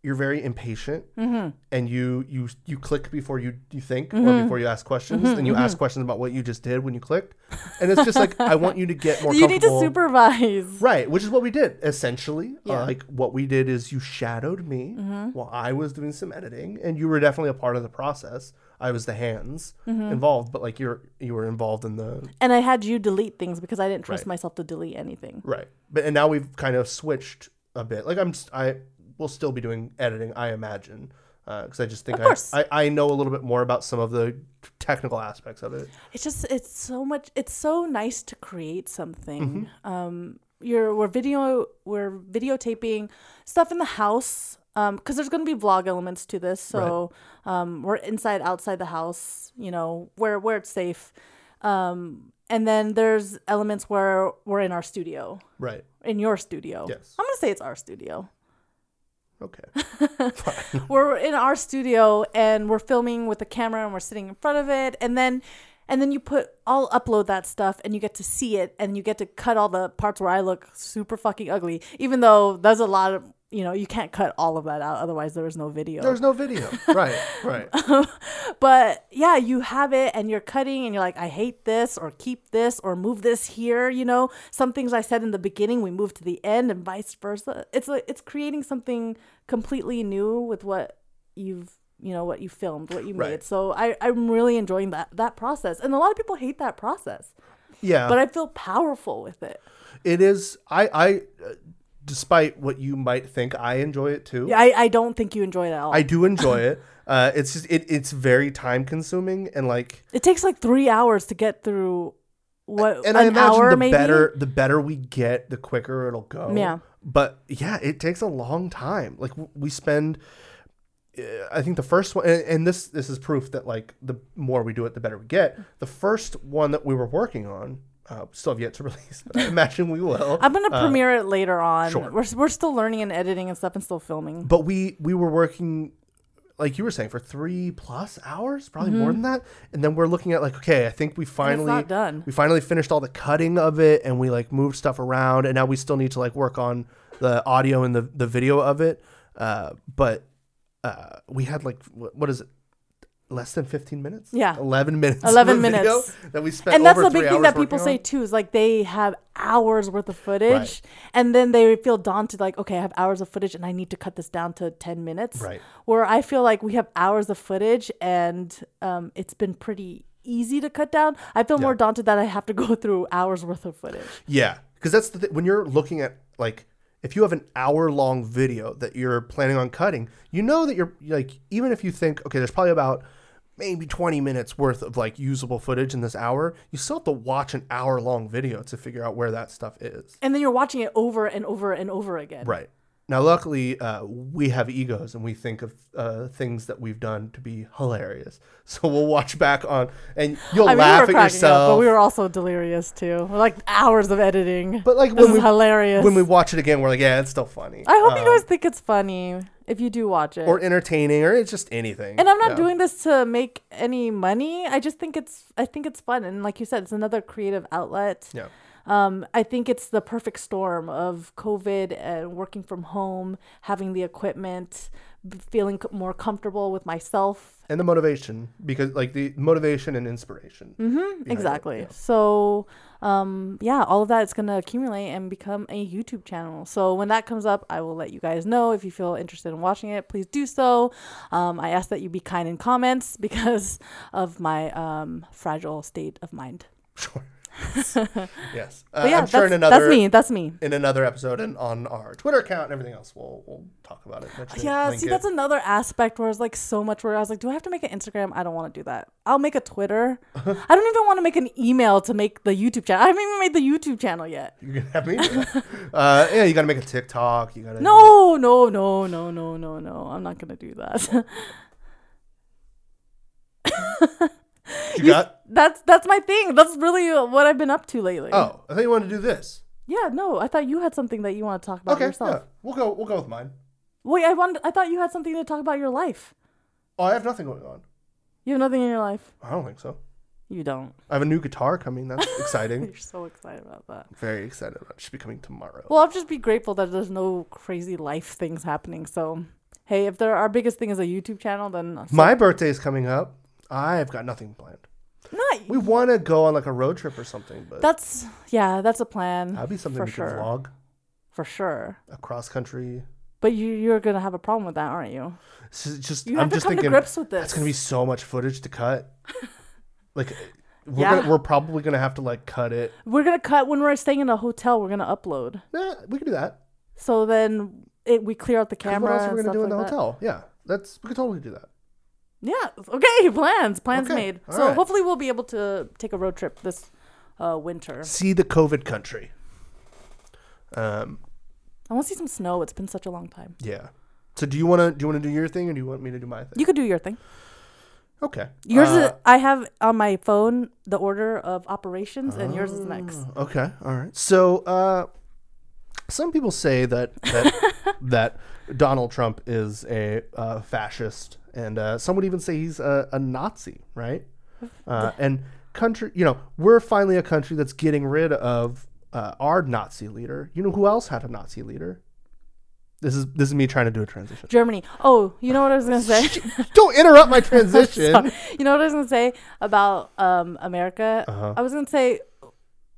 you're very impatient,
Mm-hmm.
and you you you click before you you think or before you ask questions,
Mm-hmm.
and you ask questions about what you just did when you clicked, and it's just like I want you to get more.
You need to
comfortable.
supervise.
Right, which is what we did essentially.
Yeah. Mm-hmm.
Uh, like what we did is you shadowed me while I was doing some editing, and you were definitely a part of the process I was the hands
Mm-hmm.
involved, but like you're you were involved in the
And I had you delete things because I didn't trust
Right.
myself to delete anything.
right. But and now we've kind of switched a bit. Like I'm s- I will still be doing editing, I imagine, because I just think I,
course.
I I know a little bit more about some of the technical aspects of it.
It's just it's so much it's so nice to create something. Um you're we're video we're videotaping stuff in the house um cuz there's going to be vlog elements to this. So um we're inside outside the house, you know, where where it's safe. Um and then there's elements where we're in our studio,
Right.
in your studio.
Yes.
I'm going to say it's our studio.
Okay.
we're in our studio and we're filming with a camera and we're sitting in front of it and then and then you put I'll upload that stuff and you get to see it and you get to cut all the parts where I look super fucking ugly even though there's a lot of you know you can't cut all of that out otherwise there is no video
There's no video. right. Right.
but yeah you have it and you're cutting and you're like I hate this or keep this or move this here you know some things I said in the beginning we move to the end and vice versa it's like it's creating something completely new with what you've you know what you filmed what you
Right.
made so I, i'm really enjoying that that process and a lot of people hate that process
Yeah.
but i feel powerful with it
it is i i uh, despite what you might think i enjoy it too
i, I don't think you enjoy it at all
i do enjoy it uh it's just it, it's very time consuming and like
it takes like three hours to get through what an
and i imagine
hour
the
maybe
better the better we get the quicker it'll go
Yeah.
but yeah it takes a long time like w- we spend uh, I think the first one, and, and this this is proof that like the more we do it, the better we get. The first one that we were working on, uh, still have yet to release. But I imagine we will.
i'm gonna premiere it later on
Uh, sure.
we're, we're still learning and editing and stuff and still filming
but we we were working like you were saying for three plus hours probably more than that and then we're looking at like okay i think we finally
Mm-hmm. not done.
we finally finished all the cutting of it and we like moved stuff around and now we still need to like work on the audio and the, the video of it uh, but uh, we had like what, what is it less than 15 minutes
Yeah.
11 minutes of
11
video
minutes.
that we spent
and that's
over
the big
three
thing that
hours
people
working
say
on.
too is like they have hours worth of footage and then they feel daunted like okay i have hours of footage and i need to cut this down to 10 minutes
Right.
where i feel like we have hours of footage and um, it's been pretty easy to cut down i feel more daunted that i have to go through hours worth of footage
Yeah, because that's the th- when you're looking at like if you have an hour long video that you're planning on cutting, you know that you're like even if you think okay, there's probably about maybe 20 minutes worth of like usable footage in this hour, you still have to watch an hour long video to figure out where that stuff is.
and then you're watching it over and over and over again
Right. Now, luckily, uh, we have egos and we think of uh, things that we've done to be hilarious. So we'll watch back on, and you'll
I mean,
laugh
we were
at
cracking
yourself.
up, but we were also delirious too. Like hours of editing.
But, like,
this
when
is
we-
hilarious.
when we watch it again, we're like, yeah, it's still funny.
I hope
Uh,
you guys think it's funny if you do watch it.
or entertaining or it's just anything.
and I'm not
Yeah.
doing this to make any money. I just think it's I think it's fun and like you said, it's another creative outlet.
Yeah.
Um, I think it's the perfect storm of COVID and working from home, having the equipment, b- feeling c- more comfortable with myself.
And the motivation because like the motivation and inspiration. Mm-hmm.
exactly. So, um, yeah, all of that is going to accumulate and become a YouTube channel. So when that comes up, I will let you guys know. If you feel interested in watching it, please do so. Um, I ask that you be kind in comments because of my um, fragile state of mind.
Sure. yes. Uh,
But yeah,
I'm sure
that's,
in another
that's me. That's me.
in another episode and on our Twitter account and everything else, we'll we'll talk about it. Mention it,
Yeah,
link
see,
it.
that's another aspect where it's like so much where I was like, do I have to make an Instagram? I don't want to do that. I'll make a Twitter. I don't even want to make an email to make the YouTube channel. I haven't even made the YouTube channel yet.
you can have me. do that. uh, yeah, you got to make a TikTok. You got to
No, no, no, no, no, no, no. I'm not gonna do that.
You got.
that's that's my thing. That's really uh, what I've been up to lately.
Oh, I thought you wanted to do this.
Yeah, no, I thought you had something that you want to talk about
Okay. Yeah.
yourself.
We'll go. We'll go with mine.
Wait, I wanted, I thought you had something to talk about your life.
Oh, I have nothing going on.
You have nothing in your life.
I don't think so.
You don't.
I have a new guitar coming. That's exciting.
You're so excited about that.
Very excited. about it. It should be coming tomorrow.
Well, I'll just be grateful that there's no crazy life things happening. So, hey, if there our biggest thing is a YouTube channel, then
My birthday is coming up. I've got nothing planned.
not.
We want to go on like a road trip or something, but
That's yeah, that's a plan.
that'd be something
for
we could
sure.
vlog
For sure.
a cross country
But you you're gonna have a problem with that, aren't you?
This is just
You have
I'm
to
just
come to
thinking
grips with
that's gonna be
this.
so much footage to cut. like we're
Yeah.
gonna, we're probably gonna have to like cut it.
We're gonna cut when we're staying in a hotel. We're gonna upload.
Nah, we can do that.
So then it, we clear out the
'Cause
camera.
what else are
and
we gonna
stuff
do in the
like that.
hotel? Yeah, that's we could totally do that.
Yeah. Okay. Plans. Plans
Okay,
made.
all
So
right.
hopefully we'll be able to take a road trip this uh, winter.
See the COVID country. Um.
I want to see some snow. It's been such a long time.
Yeah. So do you wanna do you wanna do your thing or do you want me to do my thing?
You could do your thing.
Okay.
Yours is.
Uh,
I have on my phone the order of operations, and yours is next.
Okay. All right. So, uh, some people say that that, that Donald Trump is a uh, fascist, and uh, some would even say he's a, a Nazi, right? Uh, and country, you know, we're finally a country that's getting rid of uh, our Nazi leader. You know who else had a Nazi leader? This is this is me trying to do a transition.
Germany. Oh, you know what I was gonna say.
Don't interrupt my transition.
Sorry. You know what I was gonna say about um, America?
Uh-huh.
I was gonna say,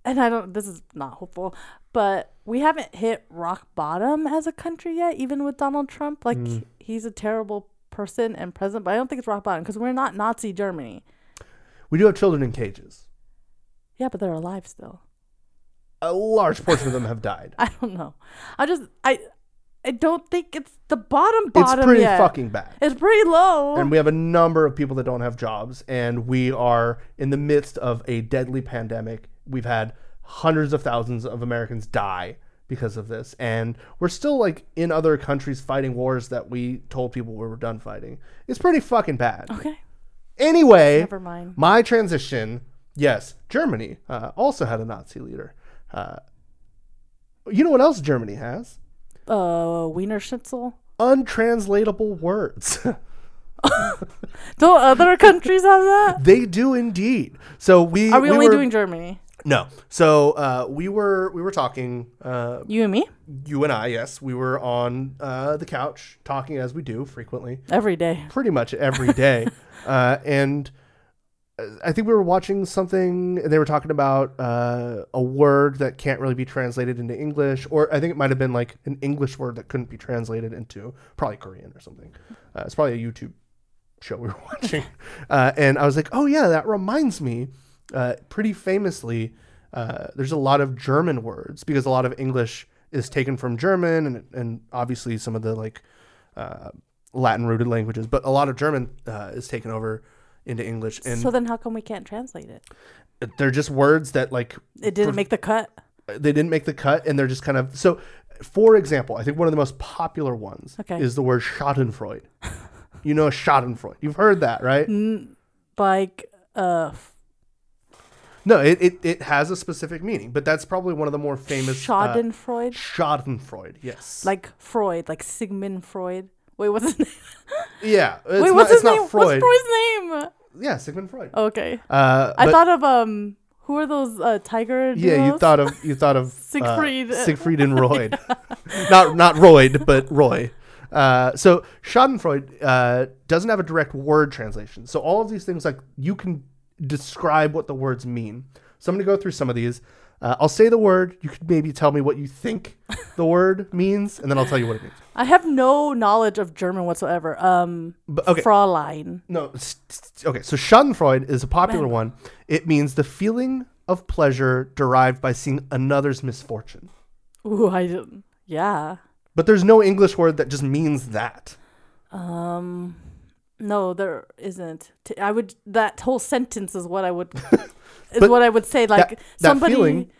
and I don't. This is not hopeful, but we haven't hit rock bottom as a country yet, even with Donald Trump. Like
Mm.
he's a terrible person and president, but I don't think it's rock bottom because we're not Nazi Germany.
We do have children in cages.
Yeah, but they're alive still.
A large portion of them have died.
I don't know. I just I I don't think it's the bottom bottom
it's pretty
yet.
fucking bad.
It's pretty low.
and we have a number of people that don't have jobs and we are in the midst of a deadly pandemic we've had hundreds of thousands of americans die because of this and we're still like in other countries fighting wars that we told people we were done fighting it's pretty fucking bad
okay,
anyway
never mind.
my transition yes germany uh, also had a nazi leader uh, you know what else germany has
Uh, Wiener Schnitzel.
untranslatable words
Don't other countries have that?
they do indeed so we
Are we, only
were-
doing Germany?
No. So uh, we were we were talking, uh,
You and me
you and I. Yes, we were on uh, the couch talking as we do frequently,
every day.
pretty much every day. uh, and uh, I think we were watching something, and they were talking about uh, a word that can't really be translated into English, or I think it might have been like an English word that couldn't be translated into probably Korean or something. Uh, it's probably a YouTube show we were watching. Uh, and I was like, oh, yeah, that reminds me. Uh, pretty famously, uh, there's a lot of German words because a lot of English is taken from German and, and obviously some of the like uh, Latin rooted languages, but a lot of German uh, is taken over into English. And
so then, how come we can't translate it?
they're just words that like
It didn't make the cut.
they didn't make the cut and they're just kind of so for example i think one of the most popular ones
Okay.
is the word schadenfreude you know schadenfreude you've heard that right
Mm. Like, uh,
no it, it, it has a specific meaning but that's probably one of the more famous uh,
Schadenfreude.
schadenfreude yes
like Freud. Like Sigmund Freud. Wait, what's his name?
yeah it's
Wait,
not,
what's
it's
his
not
name?
freud
What's Freud's name?
yeah sigmund freud
Okay.
uh,
I
but-
thought of um, who are those uh, tiger?
yeah you
duos?
thought of you thought of
Siegfried.
uh, siegfried and royd not not royd but roy uh, so schadenfreude uh, doesn't have a direct word translation so all of these things like you can describe what the words mean so i'm going to go through some of these uh, i'll say the word you could maybe tell me what you think the word means and then i'll tell you what it means
I have no knowledge of German whatsoever. Um,
But- okay.
Fraulein.
No. s- s- s- Okay. So Schadenfreude is a popular one. It means the feeling of pleasure derived by seeing another's misfortune.
Ooh, I didn't. Yeah.
But there's no English word that just means that.
Um, no, there isn't. T- I would that whole sentence is what I would is
But
what I would say. Like
that
somebody.
feeling-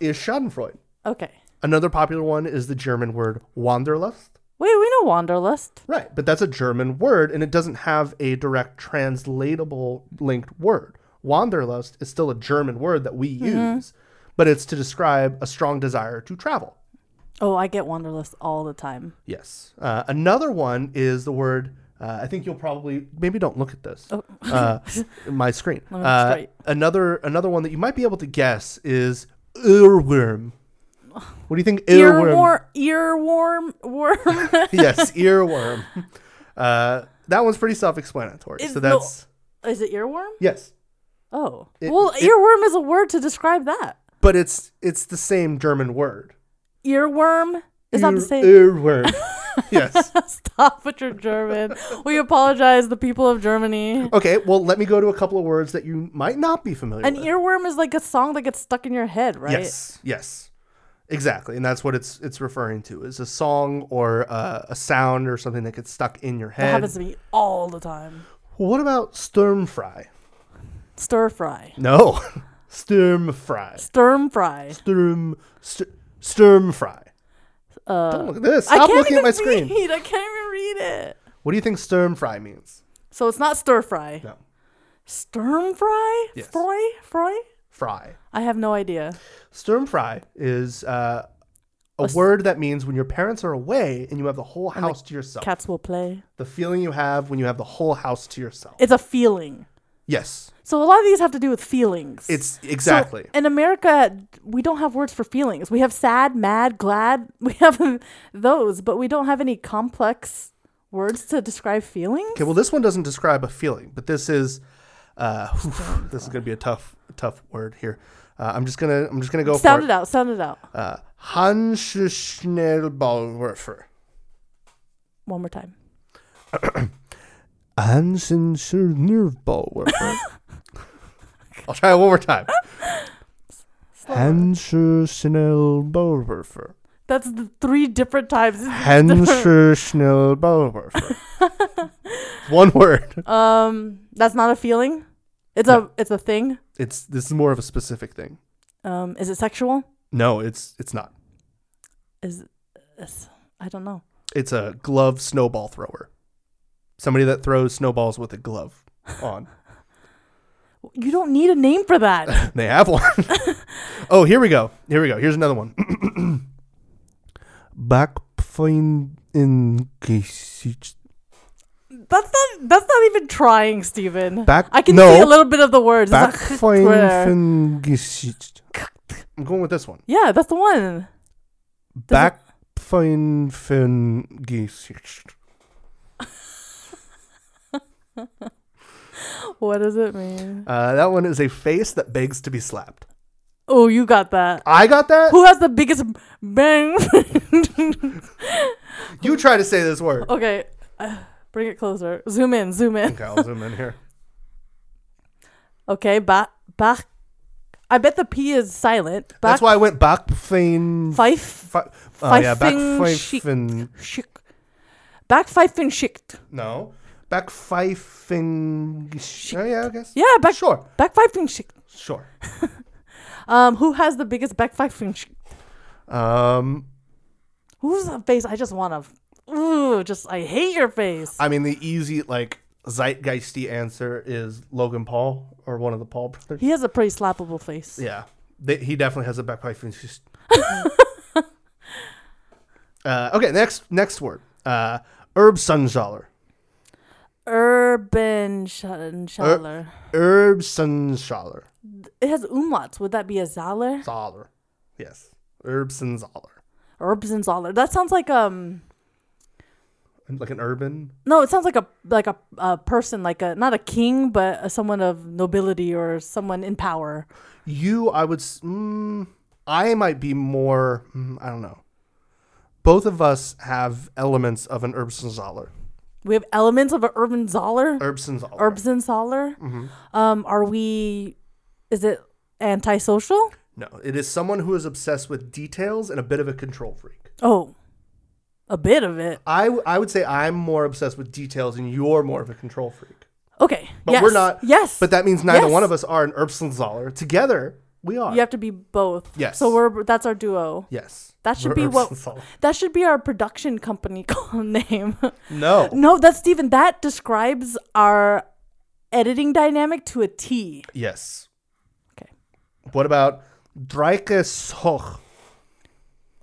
Is Schadenfreude.
okay.
Another popular one is the German word Wanderlust.
Wait, we know wanderlust.
Right. But that's a German word and it doesn't have a direct translatable linked word. Wanderlust is still a German word that we
Mm-hmm.
use, but it's to describe a strong desire to travel.
Oh, I get wanderlust all the time.
Yes. Uh, another one is the word. Uh, I think you'll probably maybe don't look at this. uh, my screen.
Oh. me look
Uh,
straight.
another another one that you might be able to guess is earworm. What do you think earworm?
Earworm, earworm, worm.
yes, earworm. Uh, that one's pretty self-explanatory.
It's
so
no-
that's
is it earworm?
yes,
Oh,
It-
well,
it-
earworm is a word to describe that.
but it's it's the same German word.
Earworm is not the
Ear-
same.
Earworm. yes.
Stop with your German. We apologize, the people of Germany.
Okay, well, let me go to a couple of words that you might not be familiar
An
with.
earworm is like a song that gets stuck in your head, right?
Yes, yes, exactly, and that's what it's it's referring to is a song or uh, a sound or something that gets stuck in your
That
head.
happens to me all the time.
What about Sturmfrei?
Stir fry.
No, Sturmfrei.
Sturm fry.
Sturm st- Sturmfrei. Don't look at this.
Uh, I
Stop
can't
looking
even
at my screen.
read. I can't even read it.
What do you think Sturmfrei means?
So it's not stir fry.
No,
Sturm fry?
Yes.
Froy? Froy?
fry.
I have no idea.
Sturmfrei is uh, a word that means when your parents are away and you have the whole house to yourself.
Cats will play.
the feeling you have when you have the whole house to yourself.
It's a feeling.
yes,
So a lot of these have to do with feelings.
it's
So,
exactly.
in America, we don't have words for feelings. We have sad, mad, glad. We have those, but we don't have any complex words to describe feelings.
okay, well, this one doesn't describe a feeling, but this is uh, oof, this is gonna be a tough, tough word here. Uh, I'm just gonna, I'm just gonna go
sound
for
it out. Sound it out.
it. Uh, Hanschnellbauwerfer.
One more time.
Hanschnellbauwerfer. I'll try it one more time. Hanschnellbauwerfer.
That's the three different times.
Hanschnellbauwerfer. One word.
Um, that's not a feeling. It's a it's a thing.
it's this is more of a specific thing.
Um, is it sexual?
No, it's it's not.
Is, is I don't know.
It's a glove snowball thrower. Somebody that throws snowballs with a glove on.
You don't need a name for that.
they have one. oh, here we go. Here we go. Here's another one. Backpfein in
that's not that's not even trying, Steven.
Back-
I can
no.
see a little bit of the words. It's a
I'm going with this one.
yeah, that's the one. Does
Backpfeifengesicht.
What does it mean?
Uh, that one is a face that begs to be slapped.
Oh, you got that.
I got that.
Who has the biggest bang?
You try to say this word.
okay, uh, bring it closer. Zoom in, zoom in.
Okay, I'll zoom in here.
Okay, ba Bach. I bet the P is silent. Bach,
That's why I went backpfein.
Fife.
Fi- oh, yeah,
Pfeifenschicht.
backpfeifen.
Schick. Bach Pfeifen Schicht.
No. Backpfeifen. Oh, yeah, I guess.
Yeah, back
Sure,
Bach Pfeifen Schicht.
sure.
Um, who has the biggest Bach Pfeifen Schicht?
Um,
Who's the face? I just want to. Ooh, just I hate your face.
I mean, the easy, like, zeitgeisty answer is Logan Paul or one of the Paul brothers.
He has a pretty slappable face.
Yeah. They, he definitely has a backpfeifen. uh, okay, next next word. Uh, Herb Sunjaller.
Urban Schaller.
Herb Sunjaller.
it has umlauts. Would that be a Zaller?
Zoller. Yes. Herb Sunjaller.
Urban Zaller. That sounds like um.
Like an urban
No, it sounds like a like a, a person, like a not a king, but a, someone of nobility or someone in power.
You, I would. s- Mm, I might be more. Mm, I don't know. Both of us have elements of an Erbsenzoller.
We have elements of an urban Zoller.
Erbsenzoller.
Urban Zoller. Um, are we? Is it antisocial?
no, it is someone who is obsessed with details and a bit of a control freak.
Oh, a bit of it.
I, w- I would say I'm more obsessed with details and you're more of a control freak.
Okay.
But
yes.
we're not.
Yes.
But that means neither
Yes.
one of us are an Erbsenzoller. Together, we are.
you have to be both.
Yes.
So we're that's our duo.
Yes.
That should
We're
be what
Erbsenzoller.
that should be our production company name.
No.
no, that's Steven. That describes our editing dynamic to a T.
Yes.
Okay.
What about Dreikes Hoch?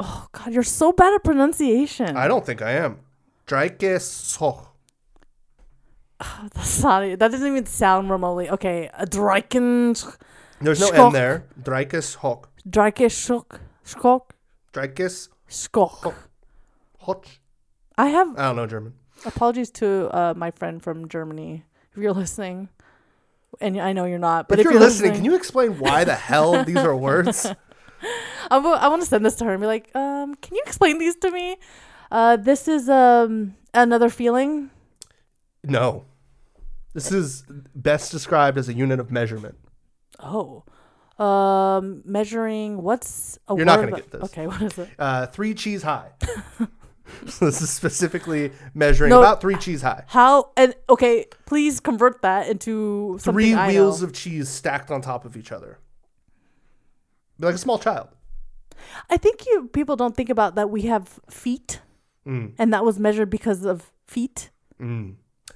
Oh God, you're so bad at pronunciation.
I don't think I am. Dreikeshoch.
That's not it. that doesn't even sound remotely okay. A Dreiken
There's no
Schoch.
N there. Dreikeshoch.
Dreikeshok Skok
Dreikeshoch.
Skok. I have
I don't know German.
apologies to uh, my friend from Germany. If you're listening, and I know you're not, but
if, you're, listening, can you explain why the hell these are words?
I want to send this to her and be like, um, can you explain these to me? Uh, this is um another feeling.
No. This is best described as a unit of measurement.
Oh, um, measuring what's a
You're not
word
gonna
of-
get this.
Okay, what is it?
Uh, three cheese high. so this is specifically measuring
No.
about three cheese high.
How and okay, please convert that into something
Three
I
wheels
know.
of cheese stacked on top of each other. Be like a small child.
I think you people don't think about that we have feet,
Mm.
and that was measured because of feet.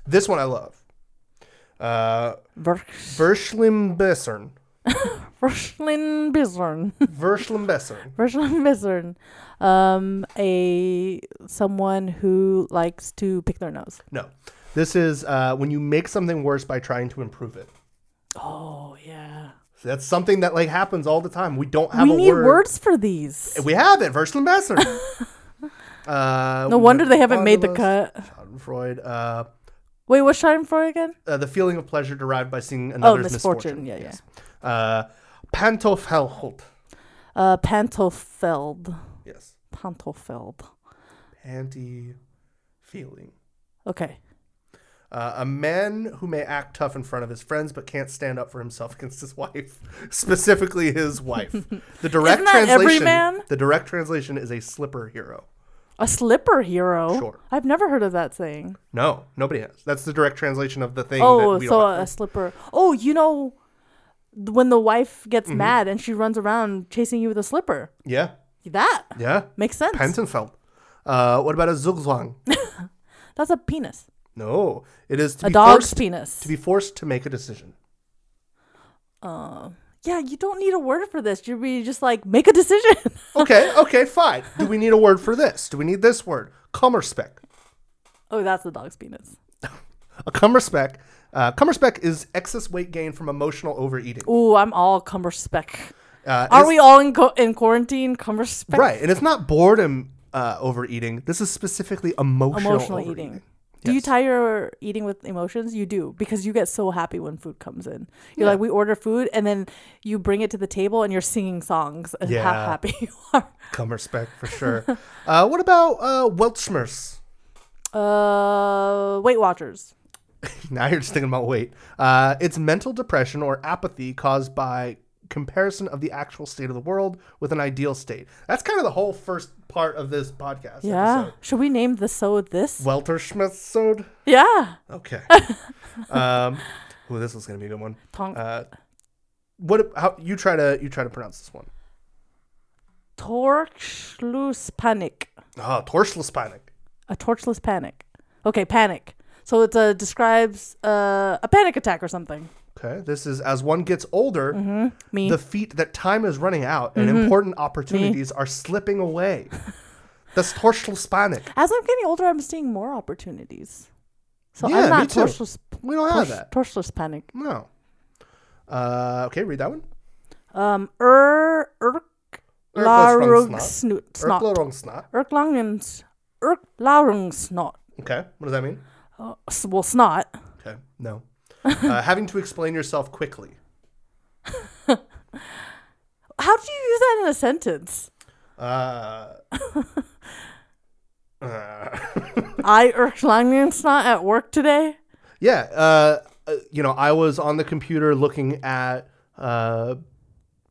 This one I love. Uh,
Versch-
Verschlimmbessern.
Verschlinbissern.
Verschlimmbessern.
Verschlinbissern. Um, a someone who likes to pick their nose.
No. This is uh, when you make something worse by trying to improve it.
Oh yeah.
So that's something that like happens all the time. We don't have
we
a
need
word.
words for these.
We have it. Verschlimmbessern. uh,
No wonder they haven't made the
Oculus,
cut.
Schadenfreude. Uh,
Wait, what's Schadenfreude again?
uh, the feeling of pleasure derived by seeing another's misfortune.
Oh, misfortune. Yeah, yeah.
yeah. Uh, Pantoffelhult.
Uh, Pantofeld.
Yes.
Pantofeld.
Panty feeling.
Okay.
Uh, a man who may act tough in front of his friends but can't stand up for himself against his wife, specifically his wife. The direct
Isn't that every
translation.
man?
The direct translation is a slipper hero.
A slipper hero.
Sure.
I've never heard of that saying.
No, nobody has. That's the direct translation of the thing.
Oh,
that we
so
don't-
a slipper. Oh, you know, th- when the wife gets
Mm-hmm.
mad and she runs around chasing you with a slipper.
yeah,
That
yeah.
makes sense.
Pentenfeld. Uh, what about a zugzwang?
That's a penis.
no, it is to
A
be
dog's
forced,
penis.
to be forced to make a decision.
yeah, you don't need a word for this. You'd be just like, make a decision.
Okay, okay, fine. Do we need a word for this? Do we need this word? Kummerspec.
oh, that's the dog's penis.
A cummerspec. Uh, cummerspec is excess weight gain from emotional overeating.
Ooh, I'm all cumber spec.
Uh,
Are
it's-
we all in, co- in quarantine? Cumber spec.
right? And it's not boredom uh, overeating. This is specifically emotional,
emotional eating.
overeating.
Do you tie your eating with emotions? You do because you get so happy when food comes in. You're like, we order food, and then you bring it to the table, and you're singing songs and how
Yeah.
happy you are.
Cummerspec for sure. uh, what about uh, Weltschmerz?
Uh, Weight Watchers.
Now you're just thinking about weight. Uh, it's mental depression or apathy caused by comparison of the actual state of the world with an ideal state. That's kind of the whole first part of this podcast.
Yeah.
Episode.
Should we name the so this?
Welterschmerzode.
yeah.
Okay. um, ooh, this is gonna be a good one.
Tonk.
Uh, what? How you try to you try to pronounce this one?
Torchloose panic.
Ah, torseless panic.
A torchless panic. Okay, panic. So it uh, describes uh, a panic attack or something.
Okay, this is as one gets older,
Me.
the feat that time is running out and important opportunities are slipping away. That's torseless panic.
As I'm getting older, I'm seeing more opportunities. So
Yeah, me
I'm not
too.
torchless.
We don't have that.
Torchless panic.
No. Uh, okay, read that one.
Um, er, erk,
Erklarongsnot.
larungsnot. Snot.
Erklarongsnot.
Erklangens, erklarungsnot.
Okay, what does that mean?
Uh, s- well, snot.
Okay, no. uh, having to explain yourself quickly.
How do you use that in a sentence?
Uh, uh,
I erklangensnot at work today.
yeah, uh, uh, you know, I was on the computer looking at uh,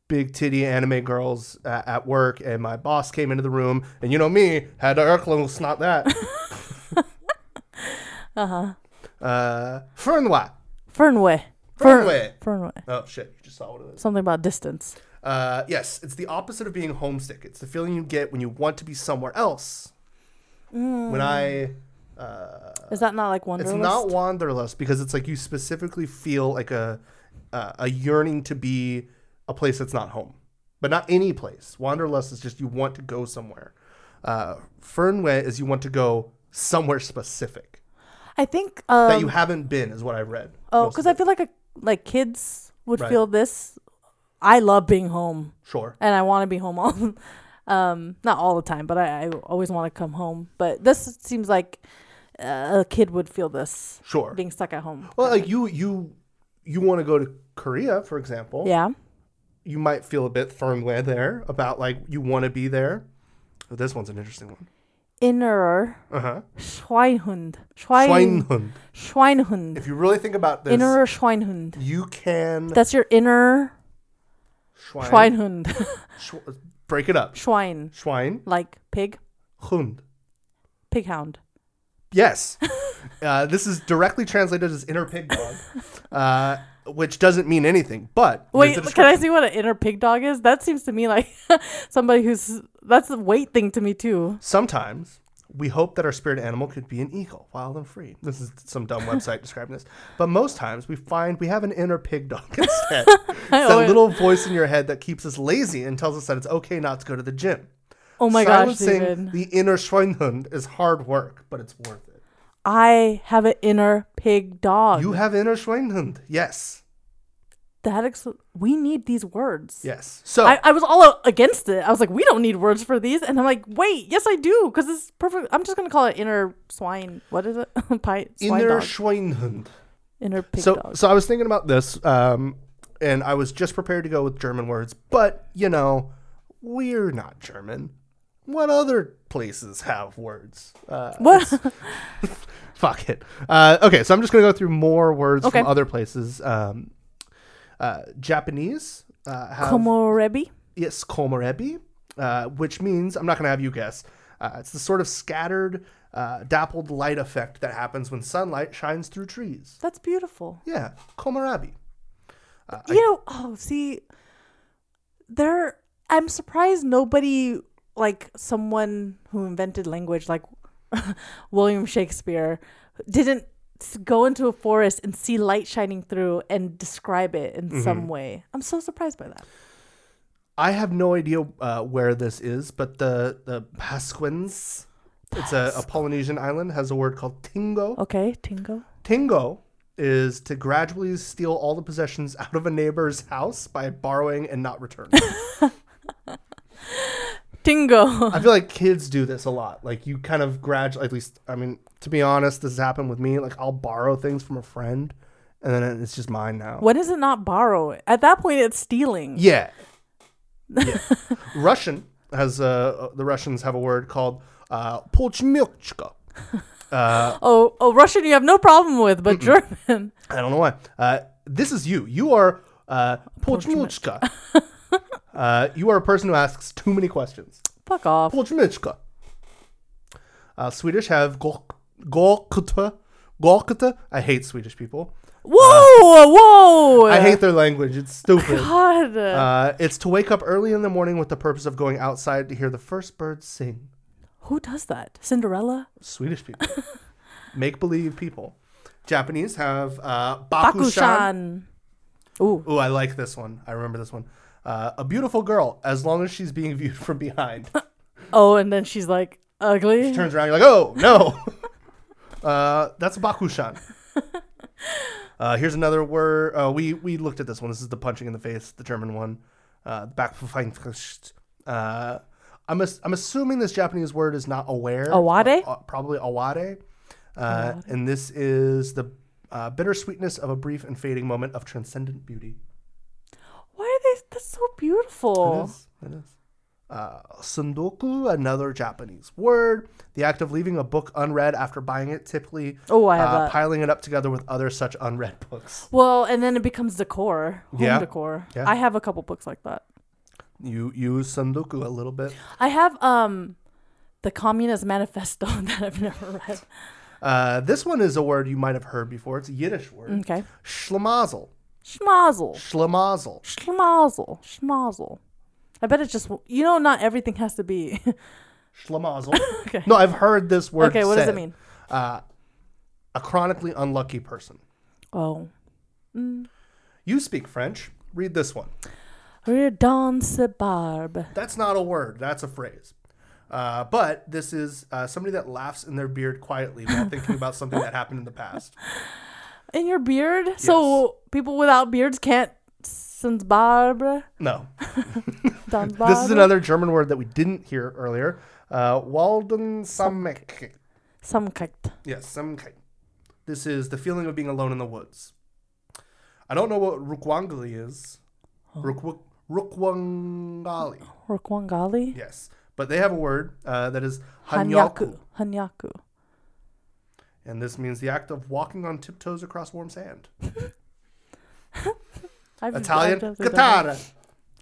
big titty anime girls at, at work, and my boss came into the room, and you know me, had to Urkel snot that. uh-huh. Uh Fernwa.
Fernway.
Fernway.
Fernway.
Oh shit! You just saw what it is.
Something about distance.
Uh, yes, it's the opposite of being homesick. It's the feeling you get when you want to be somewhere else. When I
Is that not like
It's
Wanderlust?
not wanderlust because it's like you specifically feel like a uh, a yearning to be a place that's not home, but not any place. Wanderlust is just you want to go somewhere. Uh, Fernweh is you want to go somewhere specific
I think.
that
Um,
you haven't been, is what I read.
oh,
most of
because I
it.
feel like a, like kids would
Right.
feel this. I love being home.
sure.
and I want to be home all, um, not all the time, but I, I always want to come home. But this seems like uh, a kid would feel this
Sure.
being stuck at home.
Well, like you you you want to go to Korea, for example.
Yeah,
You might feel a bit Fernweh there about like you want to be there. But this one's an interesting one.
innerer
Uh-huh.
Schweinhund. Schwein,
Schweinhund.
Schweinhund.
If you really think about this,
Innerer Schweinhund.
you can
That's your inner
Schwein,
Schweinhund.
Schw- break it up.
Schwein.
Schweinhund.
Like pig. Pig hound.
Yes. uh, this is directly translated as inner pig dog, uh, which doesn't mean anything, but
Wait,
here's the
can I
description.
see what an inner pig dog is? That seems to me like somebody who's that's a weight thing to me too.
Sometimes we hope that our spirit animal could be an eagle, wild and free. This is some dumb website describing this. But most times we find we have an inner pig dog instead. it's that
always-
little voice in your head that keeps us lazy and tells us that it's okay not to go to the gym.
Oh my
Silencing
gosh, David.
the inner Schweinhund is hard work, but it's worth it.
I have an inner pig dog.
You have inner Schweinhund. Yes.
that ex- we need these words.
Yes. So
I, I was all out against it. I was like, we don't need words for these. And I'm like, wait, yes, I do, because it's perfect. I'm just gonna call it inner swine. What is it? Pie, swine
inner
dog.
Schweinhund.
inner pig
so
dog.
so I was thinking about this, um, and I was just prepared to go with German words, but you know, we're not German. What other places have words? Uh,
What?
fuck it. Uh, okay, so I'm just gonna go through more words
Okay.
from other places. Um, uh, Japanese uh, have
Komorebi.
yes komarebi, uh, which means I'm not gonna have you guess. Uh, it's the sort of scattered, uh, dappled light effect that happens when sunlight shines through trees.
That's beautiful.
Yeah, komarebi.
you know, oh, see, there. I'm surprised nobody like someone who invented language, like William Shakespeare, didn't s- go into a forest and see light shining through and describe it
Mm-hmm.
in some way. I'm so surprised by that.
I have no idea uh, where this is, but the the Pasquins, it's a, a Polynesian island, has a word called tingo.
Okay, Tingo.
Tingo is to gradually steal all the possessions out of a neighbor's house by borrowing and not returning.
Tingo.
I feel like kids do this a lot. Like you kind of gradually, at least, I mean, to be honest, this has happened with me. Like I'll borrow things from a friend, and then it's just mine now.
when is it not borrow? At that point, it's stealing.
Yeah. Yeah. Russian has uh, the Russians have a word called uh, pochmilchka.
Oh, oh, Russian, you have no problem with, but German.
I don't know why. Uh, this is you. You are uh, Pochmuchka. uh, you are a person who asks too many questions.
Fuck off.
Pochmuchka. Uh, Swedish have golk- golkuta. Golkuta. I hate Swedish people.
Whoa, whoa.
I hate their language. It's stupid.
God.
Uh, it's to wake up early in the morning with the purpose of going outside to hear the first birds sing.
Who does that? Cinderella?
Swedish people. Make believe people. Japanese have uh,
Bakushan.
bakushan.
Ooh.
Ooh, I like this one. I remember this one. Uh, a beautiful girl, as long as she's being viewed from behind.
Oh, and then she's like ugly.
Turns around, you're like, oh, no. uh, that's Bakushan. Uh, here's another word. Uh, we, we looked at this one. This is the punching in the face, the German one. Uh, Backpfeifrist. Uh, I'm, as- I'm assuming this Japanese word is not aware.
Aware?
Uh, uh, probably aware. Uh, and this is the uh, bittersweetness of a brief and fading moment of transcendent beauty.
Why are they? That's so
It
beautiful.
is. It is. Uh, sundoku, another Japanese word. The act of leaving a book unread after buying it, typically uh,
Oh, I have that.
piling it up together with other such unread books.
Well, and then it becomes decor, home
Yeah.
decor.
Yeah.
I have a couple books like that.
You use sundoku a little bit.
I have um, the Communist Manifesto that I've never read.
Uh, this one is a word you might have heard before. It's a Yiddish word.
Okay.
Schlamazel.
Schmazel,
Schlamazel.
schmazel, schmazel. I bet it's just you know not everything has to be.
Schlamazel. No, I've heard this word.
okay, what does it
said.
mean?
A chronically unlucky person.
Oh,
You speak French. Read this one.
redance barbe.
That's not a word. That's a phrase. Uh, but this is uh, somebody that laughs in their beard quietly while thinking about something that happened in the past.
In your beard? So people without beards can't since barbe.
No,
Dans
this is
barbe?
another German word that we didn't hear earlier. Uh, Waldensamkeit.
Some kind.
Yes, Samkeit. This is the feeling of being alone in the woods. I don't know what Rukwangali is. Rukw- Rukwangali.
Rukwangali?
Yes, But they have a word uh, that is hanyaku,
Hanyaku. Hanyaku.
and this means the act of walking on tiptoes across warm sand.
I've,
Italian,
I've definitely done that.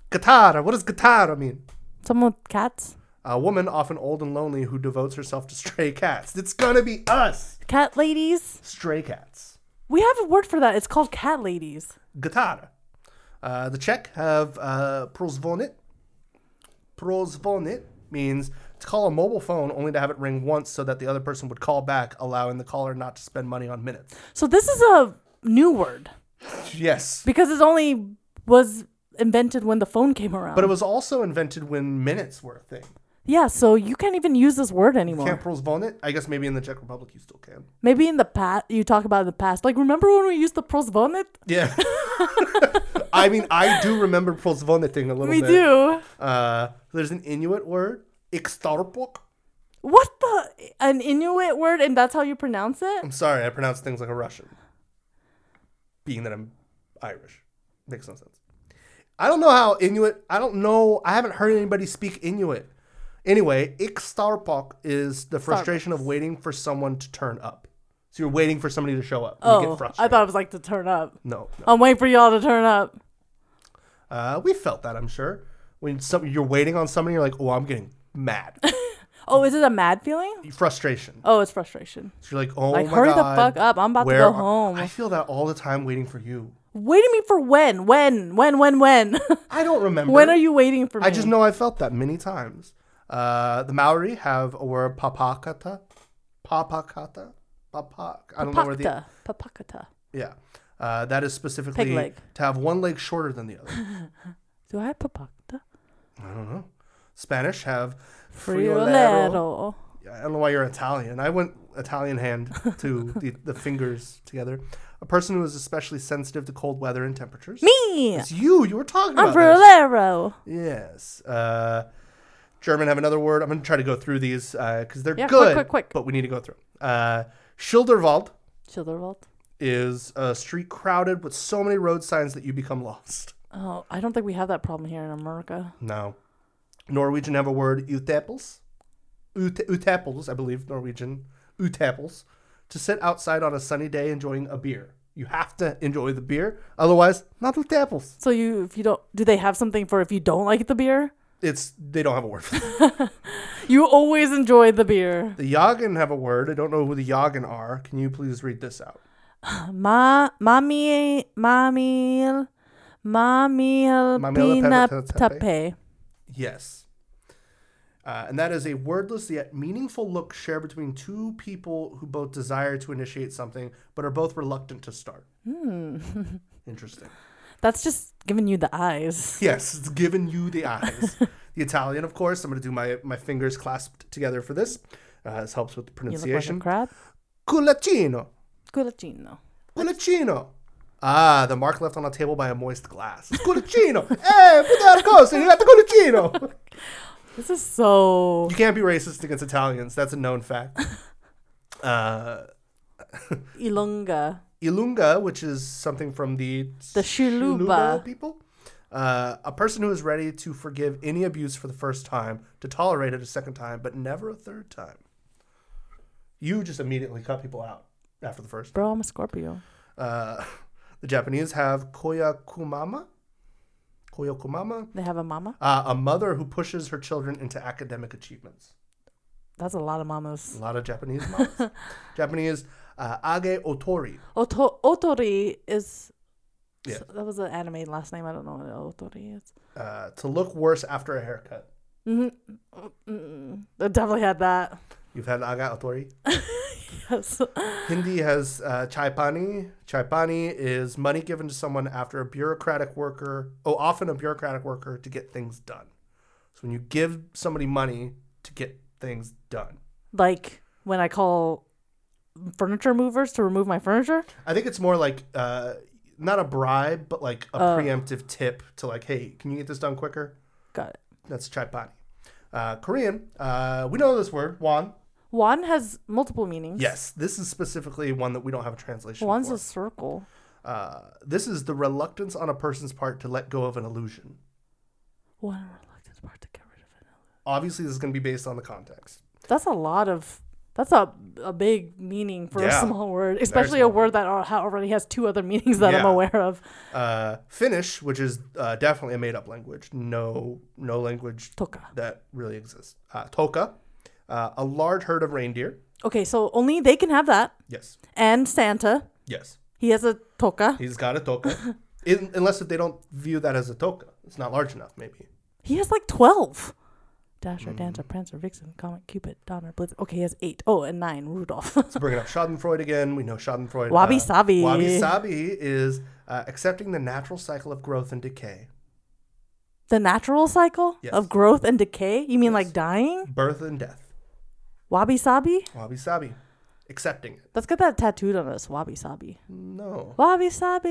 katara. Katara. What does katara mean?
Someone with cats.
A woman, often old and lonely, who devotes herself to stray cats. It's gonna be us,
Cat ladies.
stray cats.
We have a word for that. It's called cat ladies.
Katara. Uh, the Czech have uh, prozvonit. Prozvonit means to call a mobile phone only to have it ring once so that the other person would call back, allowing the caller not to spend money on minutes.
So this is a new word
Yes.
because it only was invented when the phone came around.
But it was also invented when minutes were a thing.
yeah, so you can't even use this word anymore.
Can't prozvonit? I guess maybe in the Czech Republic you still can.
Maybe in the past, you talk about in the past. Like, remember when we used the prosvonet?
Yeah. I mean, I do remember prozvonit thing a little
We
bit.
do.
Uh, there's an Inuit word, ikstarpok.
What the? An Inuit word, and that's how you pronounce it?
I'm sorry, I pronounce things like a Russian. Being that I'm Irish. Makes no sense. I don't know how Inuit, I don't know, I haven't heard anybody speak Inuit. Anyway, ikstarpok is the frustration of waiting for someone to turn up. So you're waiting for somebody to show up. and you
Oh,
get
I
frustrated.
thought it was like to turn up.
no, no.
I'm waiting for y'all to turn up.
Uh, we felt that, I'm sure. When some, you're waiting on somebody, you're like, oh, I'm getting mad.
Oh, is it a mad feeling?
Frustration.
Oh, it's frustration.
So you're like, oh
Like,
my
hurry the
God,
fuck up, I'm about to
where
go
are-"
home.
I feel that all the time waiting for you.
Waiting me for when? When? When? When? When?
I don't remember.
when are you waiting for me?
I just know I felt that many times. Uh, the Maori have a word papakata, papakata, papak. I don't know where the
Papakta. Papakata.
yeah. Uh, that is specifically
Pig leg.
to have one leg shorter than the other.
Do I have papakta?
Spanish have friolero.
Friolero.
I don't know why you're Italian. I went Italian hand to the, the fingers together. A person who is especially sensitive to cold weather and temperatures.
Me!
It's you. You were talking
I'm
about this.
Friolero.
Yes. Uh, German have another word. I'm going to try to go through these because they're
Yeah, quick,
good.
quick, quick.
But we need to go through. Uh, Schilderwald
Childerwald.
is a street crowded with so many road signs that you become lost.
Oh, I don't think we have that problem here in America.
No. Norwegian have a word, utapels. Ut- utapels, I believe, Norwegian. Utapels. To sit outside on a sunny day enjoying a beer. You have to enjoy the beer. Otherwise, not utapels.
So you, if you don't, do they have something for if you don't like the beer?
It's, they don't have a word for that.
You always enjoy the beer.
The Yagan have a word. I don't know who the Yagan are. Can you please read this out?
Ma, mami, mamil, mamil,
Mamil
pina
pepetape.
tape.
Yes. Uh, and that is a wordless yet meaningful look shared between two people who both desire to initiate something but are both reluctant to start. Interesting.
That's just giving you the eyes.
Yes, it's giving you the eyes. the Italian, of course. I'm going to do my, my fingers clasped together for this. Uh, this helps with the
You look like a
pronunciation.
crab.
Culaccino.
Culacino.
Culaccino. Ah, the mark left on a table by a moist glass. It's Culaccino. hey, put that course. You got the Culaccino.
This is so.
You can't be racist against Italians. That's a known fact. Uh,
Ilunga.
Ilunga, which is something from the
The Shiluba.
people, uh, a person who is ready to forgive any abuse for the first time, to tolerate it a second time, but never a third time. You just immediately cut people out after the first.
Bro, I'm a Scorpio.
Uh, the Japanese have koyakumama, koyakumama,
They have a mama?
uh, a mother who pushes her children into academic achievements.
That's a lot of
A
mamas.
lot of Japanese moms. Japanese uh, age otori.
Oto- Otori is.
Yeah.
That was an anime last name. I don't know what Otori is.
uh, to look worse after a haircut.
Mm, I definitely had that.
You've had aga otori.
Yes.
Hindi has uh, chaipani. Chaipani is money given to someone after a bureaucratic worker, oh, often a bureaucratic worker, to get things done. So when you give somebody money to get things done,
like when I call furniture movers to remove my furniture.
I think it's more like uh, not a bribe, but like a preemptive tip to like, hey, can you get this done quicker?
Got it.
That's chaipani. Uh, Korean, uh, we know this word, wan.
One has multiple meanings.
Yes, this is specifically one that we don't have a translation.
One's
for.
a circle.
Uh, this is the reluctance on a person's part to let go of an illusion.
One reluctant part to get rid of it.
Obviously, this is going to be based on the context.
That's a lot of. That's a a big meaning for
Yeah.
a small word, especially
small.
a word that al- ha- already has two other meanings that I'm
Yeah.
aware of.
Uh, Finnish, which is uh, definitely a made-up language, no no language
Toka.
that really exists. Uh, toka, uh, a large herd of reindeer.
Okay, so only they can have that,
Yes,
and Santa.
yes,
He has a toka.
he's got a toka. In, unless if they don't view that as a toka, it's not large enough. Maybe
He has like 12.
Hmm.
Dasher, Dancer, Prancer, Vixen, Comet, Cupid, Donner, Blitz. Okay, he has eight. Oh, and nine, Rudolph.
So bringing up Schadenfreude again, we know Schadenfreude. uh,
Wabi sabi.
Wabi sabi is uh, accepting the natural cycle of growth and decay,
the natural cycle
Yes.
of growth and decay? You mean like dying?
birth and death.
Wabi sabi?
Wabi sabi, accepting it.
Let's get that tattooed on us. Wabi sabi.
No,
Wabi sabi.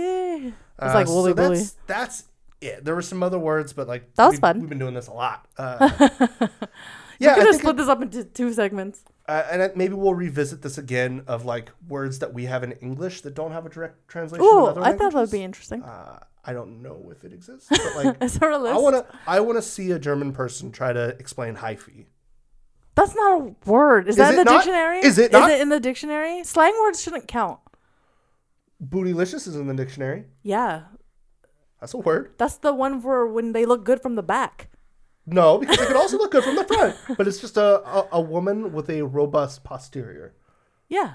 It's
Uh,
like woolly
so
bully.
that's, that's it. There were some other words, but like
That was
we've-
fun.
We've been doing this a lot. Uh, yeah,
We're
I
gonna
think
split
it-
this up into two segments.
uh, and it- maybe we'll revisit this again of like words that we have in English that don't have a direct translation. in
Ooh,
other
I thought that would
languages.
be interesting.
Uh, I don't know if it exists, but like
Is there a list?
I want to. I want to see a German person try to explain hyphy.
That's not a word. Is, that
it
in the
not?
dictionary?
Is it not?
Is it in the dictionary? Slang words shouldn't count.
Bootylicious is in the dictionary.
Yeah.
That's a word.
That's the one for when they look good from the back.
No, because it could also look good from the front, but it's just a, a, a woman with a robust posterior.
Yeah.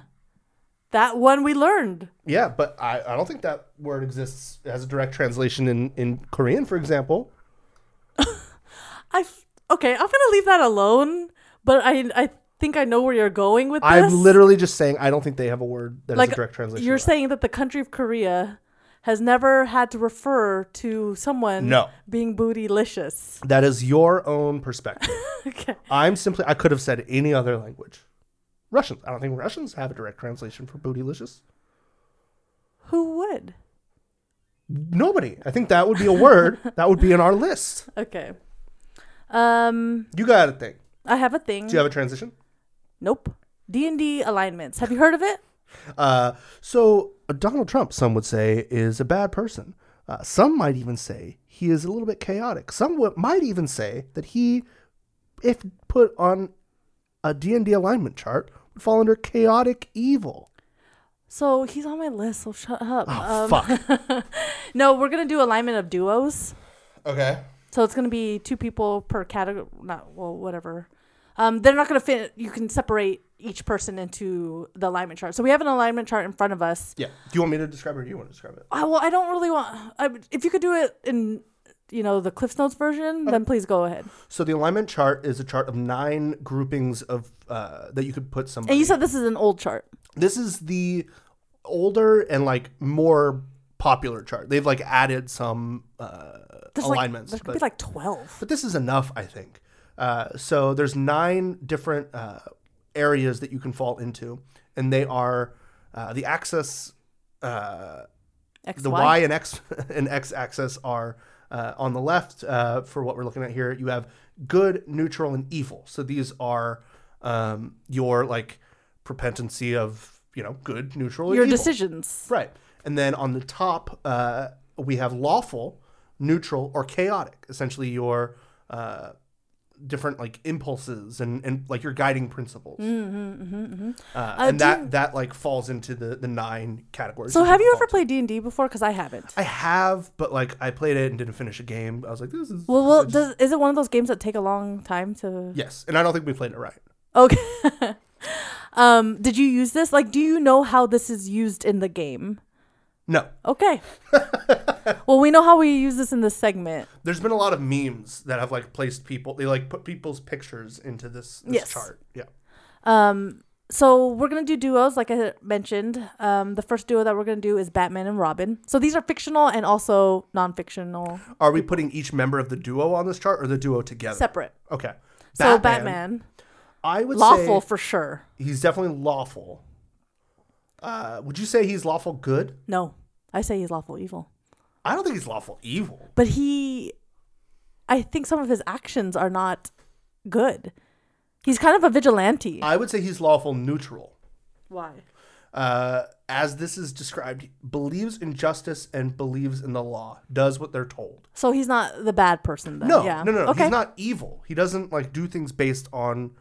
That one we learned.
Yeah, but I, I don't think that word exists as a direct translation in, in Korean, for example.
I f- okay, I'm gonna leave that alone. But I I think I know where you're going with this.
I'm literally just saying I don't think they have a word that is
like
a direct translation.
You're
of that.
saying that the country of Korea has never had to refer to someone
No.
being bootylicious.
that is your own perspective.
okay.
I'm simply I could have said any other language. Russians. I don't think Russians have a direct translation for bootylicious.
Who would?
Nobody. I think that would be a word that would be in our list.
Okay. Um,
You got to think.
I have a thing.
Do you have a transition?
nope. D and D alignments. Have you heard of it?
Uh, so uh, Donald Trump, some would say, is a bad person. Uh, some might even say he is a little bit chaotic. Some w- might even say that he, if put on a D&D alignment chart, would fall under chaotic evil.
So he's on my list. So shut up.
Oh,
um,
fuck.
no, we're gonna do alignment of duos.
Okay.
So it's gonna be two people per category. Not well, whatever. Um, they're not gonna fit. You can separate each person into the alignment chart. So we have an alignment chart in front of us.
Yeah. Do you want me to describe it or do you want to describe it?
I, well, I don't really want. I, would- if you could do it in, you know, the Cliff's Notes version,
Uh-huh.
then please go ahead.
So the alignment chart is a chart of nine groupings of uh, that you could put somebody.
And you said this is an old chart.
this is the older and like more popular chart. They've like added some uh,
There's
alignments.
Like, there could
but-
be like twelve.
but this is enough, I think. Uh, so there's nine different uh, areas that you can fall into, and they are uh, the axis, uh,
X,
the y and x and x axis are uh, on the left uh, for what we're looking at here. You have good, neutral, and evil. So these are um, your like propensity of you know good, neutral, and
Your
evil.
decisions.
Right. And then on the top, uh, we have lawful, neutral, or chaotic. Essentially, your uh, different like impulses and, and like your guiding principles. Mm-hmm, Uh, and that that like falls into the the nine categories.
So
that
have you
fall
ever played D and D before? Because I haven't.
into. I have, but like I played it and didn't finish a game. I was like, this is
well, well, does, is it one of those games that take a long time to?
yes, and I don't think we played it right.
Okay. um, did you use this? Like, do you know how this is used in the game?
No,
Okay. well, we know how we use this in this segment.
there's been a lot of memes that have like placed people. They like put people's pictures into this, this
Yes.
chart. Yeah.
Um, so we're gonna do duos, like I mentioned. Um, the first duo that we're gonna do is Batman and Robin. So these are fictional and also non-fictional,
Are we putting each member of the duo on this chart or the duo together?
separate.
Okay.
So Batman,
I would
lawful
say
for sure.
he's definitely lawful. Uh, would you say he's lawful good?
No, I say he's lawful evil,
I don't think he's lawful evil.
but he, I think some of his actions are not good. He's kind of a vigilante.
I would say he's lawful neutral.
Why?
Uh, as this is described, believes in justice and believes in the law, does what they're told.
So he's not the bad person then.
No,
yeah.
no, no, no.
Okay.
He's not evil. He doesn't like do things based on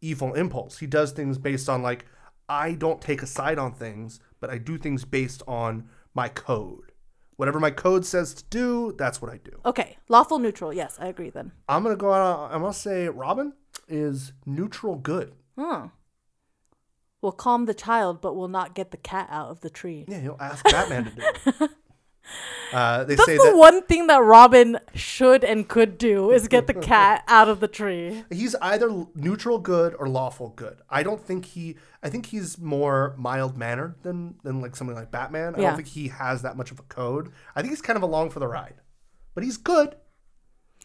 evil impulse. He does things based on like I don't take a side on things, but I do things based on my code. Whatever my code says to do, that's what I do.
Okay. Lawful neutral. Yes, I agree then.
I'm gonna go out. I'm gonna say Robin is neutral good.
Hmm. Will calm the child, but will not get the cat out of the tree.
Yeah, he'll ask Batman to do it. Uh, they
That's
say
the
that
one thing that Robin should and could do is get the cat out of the tree.
he's either neutral good or lawful good. I don't think he. I think he's more mild mannered than than like something like Batman. I
Yeah.
don't think he has that much of a code. I think he's kind of along for the ride, but he's good.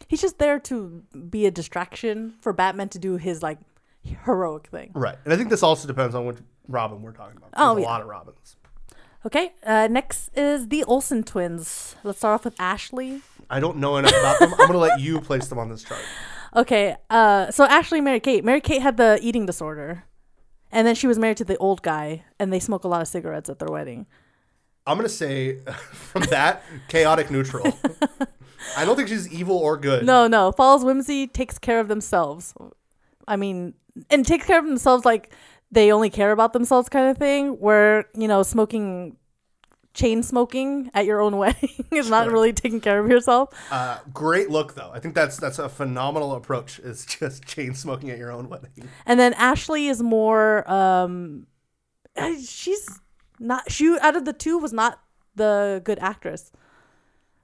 He's just there to be a distraction for Batman to do his like heroic thing.
Right, and I think this also depends on which Robin we're talking about.
Oh,
There's
yeah.
a lot of Robins.
Okay, uh, next is the Olsen twins. Let's start off with Ashley.
I don't know enough about them. I'm gonna let you place them on this chart.
Okay, uh, so Ashley and Mary Kate. Mary Kate had the eating disorder, and then she was married to the old guy, and they smoke a lot of cigarettes at their wedding.
I'm gonna say from that chaotic neutral. I don't think she's evil or good.
No, no, follows whimsy, takes care of themselves. I mean, and takes care of themselves like they only care about themselves kind of thing. Where you know, smoking, chain smoking at your own wedding is not really taking care of yourself.
Uh, great look though. I think that's that's a phenomenal approach. Is just chain smoking at your own wedding.
And then Ashley is more um eh, she's not she out of the two was not the good actress.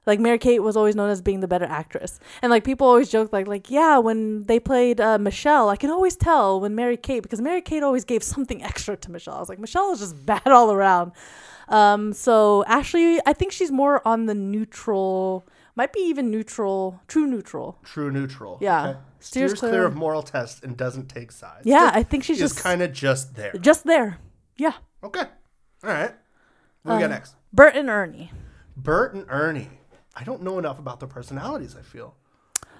Like Mary Kate was always known as being the better actress. And like people always joke like like yeah, when they played uh, Michelle, I can always tell when Mary Kate because Mary Kate always gave something extra to Michelle. I was like Michelle is just bad all around. Um so Ashley, I think she's more on the neutral might be even neutral, true neutral.
True neutral.
Yeah.
Steers, clear, of moral tests and doesn't take sides.
Yeah,
Just-
I think she's
she's
just
kind of just there.
just there. Yeah.
Okay. All right. What
Uh,
we got next?
Bert and Ernie.
Bert and Ernie. I don't know enough about their personalities. I feel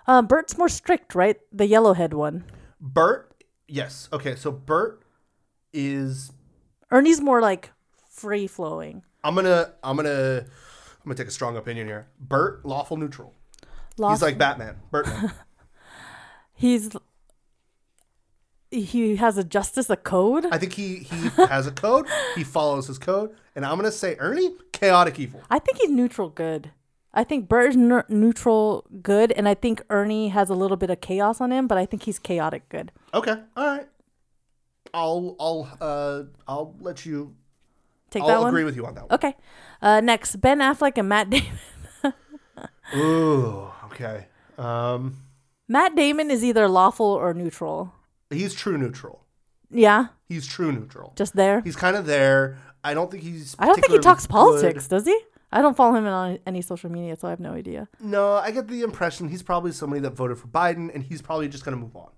Um, Bert's more strict, right? The yellowhead one.
Bert. Yes. Okay. So Bert is
Ernie's more like free flowing,
I'm gonna I'm gonna I'm gonna take a strong opinion here. Bert, lawful neutral. He's like Batman. Bertman.
he's he has a justice, a code. I,
I think he he has a code. He follows his code. And I'm gonna say Ernie, chaotic evil.
think he's neutral good. I think Bert is neu- neutral good, and I think Ernie has a little bit of chaos on him, but I think he's chaotic good.
Okay, all right. I'll I'll uh I'll let you.
Take that
I'll
one.
agree with you on that one.
okay. Uh, next, Ben Affleck and Matt Damon.
Ooh, okay. Um,
Matt Damon is either lawful or neutral.
he's true neutral.
Yeah,
He's true neutral.
just there.
He's kind of there. I don't think he's.
I don't think he
particularly
talks
good.
politics, does he? I don't follow him on any social media, so I have no idea.
No, I get the impression he's probably somebody that voted for Biden, and he's probably just gonna move on.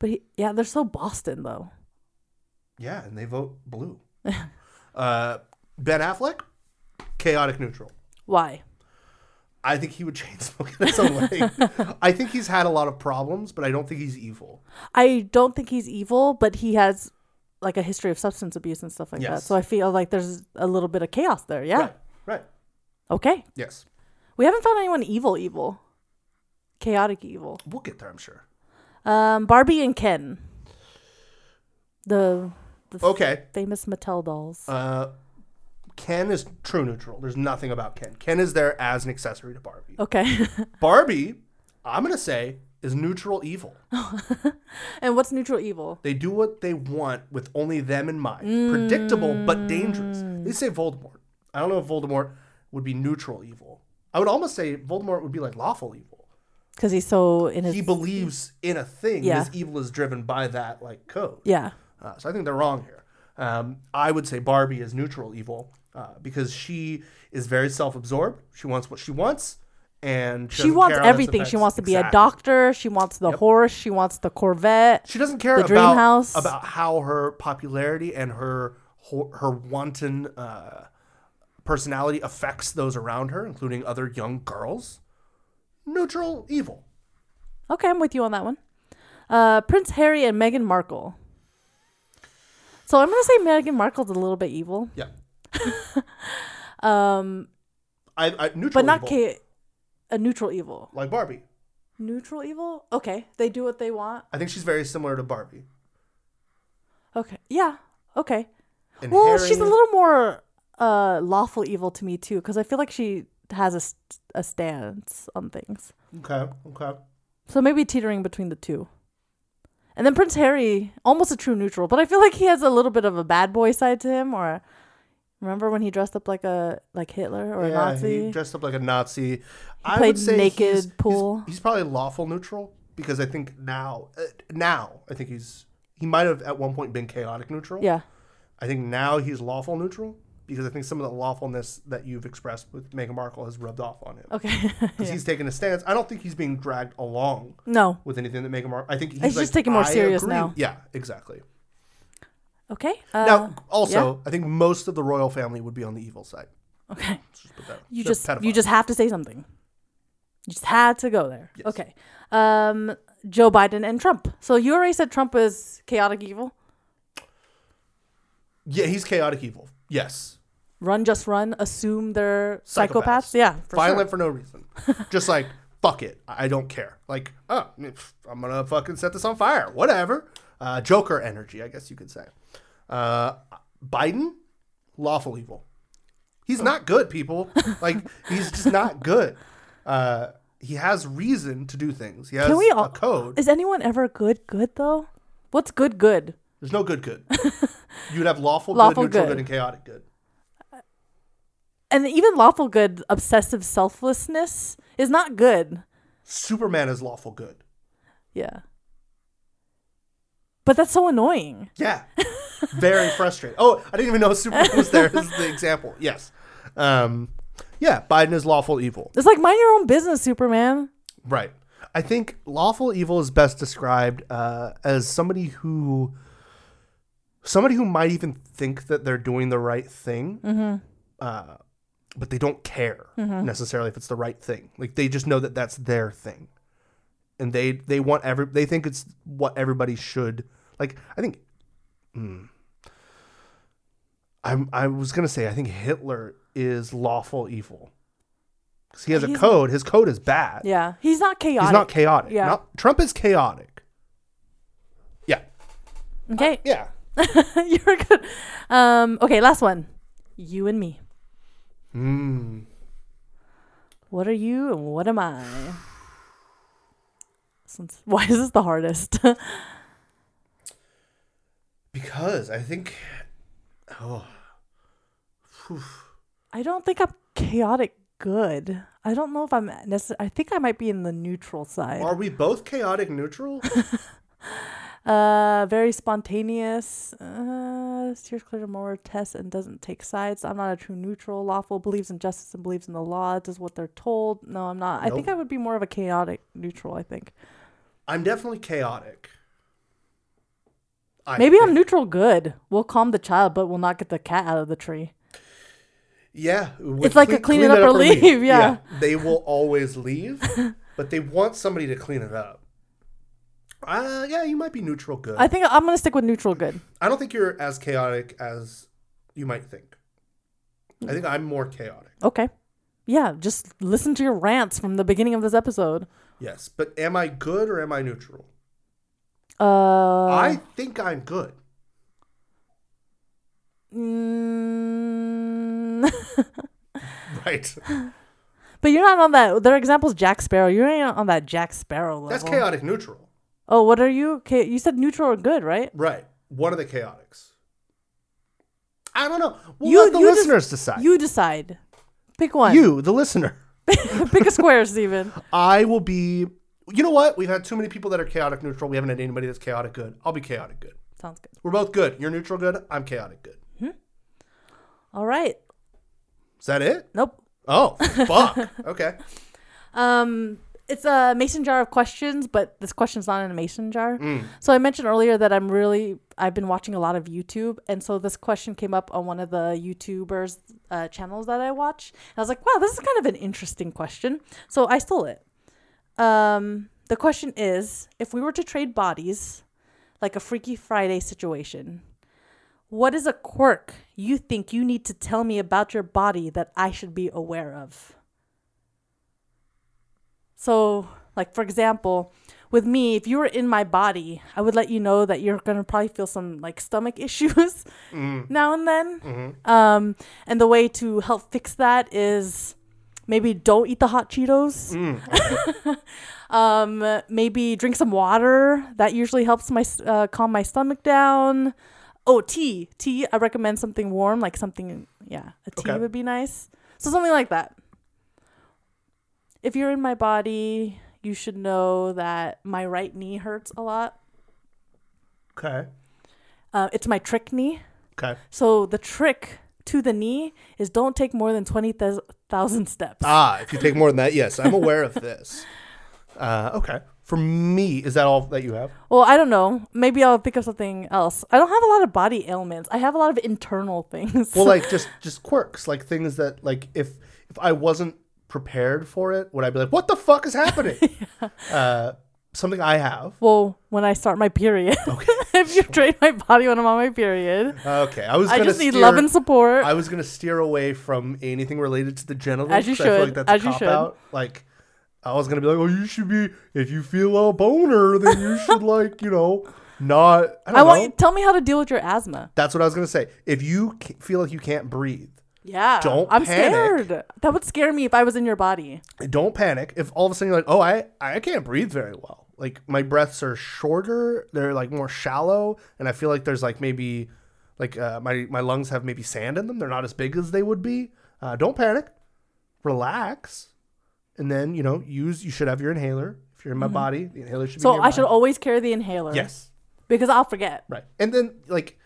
But he, yeah, they're so Boston though.
Yeah, and they vote blue. uh, ben Affleck, chaotic neutral.
Why?
I think he would chain smoke in his own way. I think he's had a lot of problems, but I don't think he's evil.
I don't think he's evil, but he has like a history of substance abuse and stuff like that.
Yes.
So I feel like there's a little bit of chaos there. Yeah.
Right. Right.
Okay.
Yes.
We haven't found anyone evil, evil, chaotic evil.
We'll get there, I'm sure.
Um, Barbie and Ken. The the f-
Okay.
famous Mattel dolls.
Oh. Uh, Ken is true neutral. There's nothing about Ken. Ken is there as an accessory to Barbie.
okay.
Barbie, I'm going to say, is neutral evil.
and what's neutral evil?
They do what they want with only them in mind.
Mm.
Predictable but dangerous. They say Voldemort. I don't know if Voldemort would be neutral evil. I would almost say Voldemort would be like lawful evil.
Because he's so in his
He believes in a thing.
Yeah.
His evil is driven by that like code.
yeah.
Uh, so I think they're wrong here. Um, I would say Barbie is neutral evil uh, because she is very self-absorbed. She wants what she wants, and she,
She
doesn't
wants
care how this
everything. She
affects-
wants to be a
Exactly.
doctor. She wants the horse. She wants the Corvette.
She doesn't care
the dream
about
house.
about how her popularity and her her, her wanton uh, personality affects those around her, including other young girls. Neutral evil.
Okay, I'm with you on that one. Uh, Prince Harry and Meghan Markle. So I'm gonna say Meghan Markle's a little bit evil,
Yeah.
um,
I, I neutral
but not
evil,
Kate. A neutral evil.
like Barbie.
Neutral evil. Okay, they do what they want.
I think she's very similar to Barbie.
Okay, yeah. Okay.
And
Well, she's a
Harry-
little more uh, lawful evil to me too, because I feel like she has a, st- a stance on things.
Okay, okay.
So maybe teetering between the two. And then Prince Harry, almost a true neutral, but I feel like he has a little bit of a bad boy side to him. Or remember when he dressed up like a like Hitler or a
Yeah,
Nazi?
he dressed up like a Nazi. I
played
would say
naked
he's- he's,
pool.
He's, probably lawful neutral because I think now, uh, now I think he's he might have at one point been chaotic neutral.
yeah,
I think now he's lawful neutral because I think some of the lawfulness that you've expressed with Meghan Markle has rubbed off on him because
okay.
he's taken a stance. I don't think he's being dragged along
no,
with anything that Meghan Markle. I think he's,
He's
like,
just taken more
"I
serious
agree."
now.
Yeah, exactly.
okay. Uh,
now, also, I think most of the royal family would be on the evil side.
okay.
Let's just put that.
You
They're
just you
pedophiles.
just have to say something. You just had to go there. Okay. Um, Joe Biden and Trump. So you already said Trump is chaotic evil.
yeah, he's chaotic evil. Yes,
Run, just run. Assume they're psychopaths.
Psychopaths.
Yeah, for sure.
violent for no reason. Just like fuck it, I don't care. Like, oh, pff, I'm gonna fucking set this on fire. Whatever. Uh, Joker energy, I guess you could say. Uh, Biden, lawful evil. He's not good, people. Like, he's just not good. Uh, he has reason to do things. He has
Can we all
a code.
Is anyone ever good? Good though. What's good? Good.
There's no good good. You'd have lawful,
Lawful
good, neutral
good.
good, and chaotic good.
And even lawful good, obsessive selflessness is not good.
Superman is lawful good.
Yeah. But that's so annoying.
Yeah. Very frustrating. Oh, I didn't even know Superman was there as the example. Yes. Um, yeah, Biden is lawful evil.
It's like mind your own business, Superman.
Right. I think lawful evil is best described uh, as somebody who somebody who might even think that they're doing the right thing, uh, but they don't care necessarily if it's the right thing. Like they just know that that's their thing, and they they want every they think it's what everybody should like. I think. mm. I'm, I was gonna say I think Hitler is lawful evil because he has a
He's-
code. His code is bad.
Yeah, he's not chaotic.
He's not chaotic.
Yeah.
Not- Trump is chaotic. Yeah.
okay,
Yeah.
you're good. Um, okay, last one. You and me.
Mm.
What are you and what am I? Since why is this the hardest?
Because I think. Oh.
I don't think I'm chaotic good. I don't know if I'm necess- I think I might be in the neutral side.
Are we both chaotic neutral?
Uh, very spontaneous. Uh, steers clear to mower, tests and doesn't take sides. I'm not a true neutral. Lawful believes in justice and believes in the law. Does what they're told. No, I'm not. I think
Nope.
I would be more of a chaotic neutral. I think
I'm definitely chaotic. I
maybe I'm
think.
neutral good. We'll calm the child, but we'll not get the cat out of the tree.
Yeah. with
It's like a clean it up or leave, yeah.
They will always leave, but they want somebody to clean it up. Uh, yeah, you might be neutral good.
I think I'm gonna stick with neutral good.
I don't think you're as chaotic as you might think. I think I'm more chaotic.
Okay. Yeah, just listen to your rants from the beginning of this episode.
Yes, but am I good or am I neutral?
Uh,
I think I'm good.
Mm,
Right.
but you're not on that. Their example's Jack Sparrow. You're not on that Jack Sparrow level.
That's chaotic neutral.
Oh, what are you? Okay, you said neutral or good, right?
Right. One of the chaotics. I don't know. We'll
You-
let the
you just-
listeners decide.
You decide. Pick one.
you, the listener.
Pick a square, Steven.
I will be. You know what? We've had too many people that are chaotic neutral. We haven't had anybody that's chaotic good. I'll be chaotic good.
Sounds good.
We're both good. You're neutral good. I'm chaotic good.
All right.
Is that it?
Nope.
Oh, fuck. Okay.
Um, it's a mason jar of questions, but this question's not in a mason jar. So I mentioned earlier that I'm really I've been watching a lot of YouTube, and so this question came up on one of the YouTubers' uh, channels that I watch. And I was like, wow, this is kind of an interesting question. So I stole it. Um, the question is, if we were to trade bodies, like a Freaky Friday situation, What is a quirk you think you need to tell me about your body that I should be aware of? So, like for example, with me, if you were in my body, I would let you know that you're gonna probably feel some like stomach issues now and then. Um, and the way to help fix that is maybe don't eat the hot Cheetos. um, maybe drink some water. That usually helps my s- uh, calm my stomach down. Oh, tea, tea. I recommend something warm, like something. Yeah, a tea
Okay.
would be nice. So something like that. If you're in my body, you should know that my right knee hurts a lot.
Okay.
Uh, it's my trick knee.
Okay.
So the trick to the knee is don't take more than twenty thousand steps.
Ah, if you take more than that, yes, I'm aware of this. Uh, okay. For me, is that all that you have?
Well, I don't know. Maybe I'll think of something else. I don't have a lot of body ailments. I have a lot of internal things.
Well, like just just quirks, like things that like if if I wasn't prepared for it, would I be like, what the fuck is happening? uh, something I have.
Well, when I start my period. if you drain my body when I'm on my period,
Okay, I was.
I
gonna
just need
steer-
love and support.
I was gonna steer away from anything related to the genitals.
As you
'cause I feel like
should,
that's a
as you
cop
should.
out. Like, I was gonna be like, oh, you should be. If you feel a boner, then you should like, you know, not. I, don't
I
know.
want you tell me how to deal with your asthma.
That's what I was gonna say. If you c- feel like you can't breathe,
Yeah.
Don't
I'm
panic.
scared. That would scare me if I was in your body.
don't panic. If all of a sudden you're like, oh, I I can't breathe very well. Like my breaths are shorter, they're like more shallow, and I feel like there's like maybe, like uh, my my lungs have maybe sand in them. They're not as big as they would be. Uh, don't panic. Relax, and then you know use. You should have your inhaler. If you're in my body, the inhaler should be.
Mm-hmm. So I should
nearby.
always carry the inhaler.
Yes.
Because I'll forget.
Right. And then like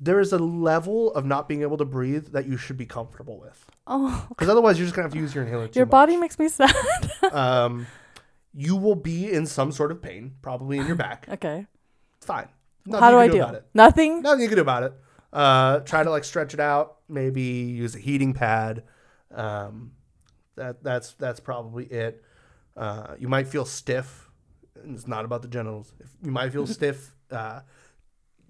there is a level of not being able to breathe that you should be comfortable with.
Oh,
Because otherwise you're just gonna have to use your inhaler too
your
much.
body makes me sad.
Um you will be in some sort of pain, probably in your back.
okay.
It's fine. Nothing
How do
you
I
can do
deal?
about it.
Nothing?
Nothing you can do about it. Uh try to like stretch it out, maybe use a heating pad. Um that that's that's probably it. Uh you might feel stiff. And It's not about the genitals. If you might feel stiff, uh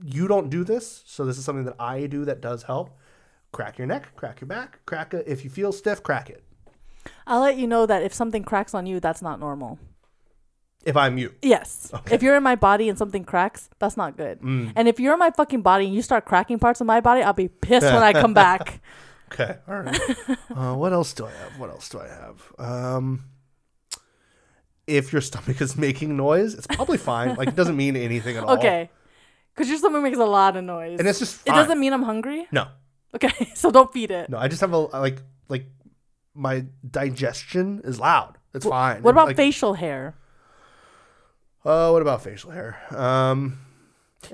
you don't do this, so this is something that I do that does help. Crack your neck, crack your back, crack it. If you feel stiff, crack it.
I'll let you know that if something cracks on you, that's not normal.
If I'm you,
Yes. If you're in my body and something cracks, that's not good.
Mm.
And if you're in my fucking body and you start cracking parts of my body, I'll be pissed when I come back.
okay, all right. uh, what else do I have? What else do I have? Um, if your stomach is making noise, it's probably fine. Like it doesn't mean anything at all.
Okay. Because your stomach makes a lot of noise.
Oh. and it's just
it
fine.
doesn't mean I'm hungry.
No,
Okay. So don't feed it.
no. I just have a like like my digestion is loud. It's fine.
What about
like,
facial hair?
Oh, what about facial hair? Um,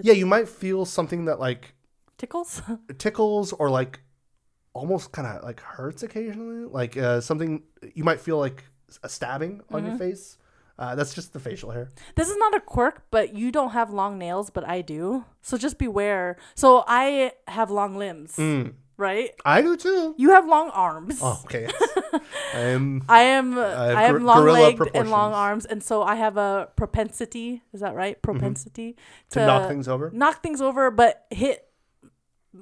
yeah, you might feel something that like
Tickles?
tickles or like almost kind of like hurts occasionally. Like uh, something you might feel like a stabbing on your
Mm-hmm.
face. Uh, that's just the facial hair.
this is not a quirk, but you don't have long nails, but I do. So just beware. So I have long limbs, right?
I do too.
You have long arms.
Mm. Oh, okay. yes. Um, I
I am
am. have
I
gor-
am long
gorilla
legged and long
proportions. Mm-hmm.
arms, and so I have a propensity. Is that right? Propensity
To knock things over?
knock things over, but hit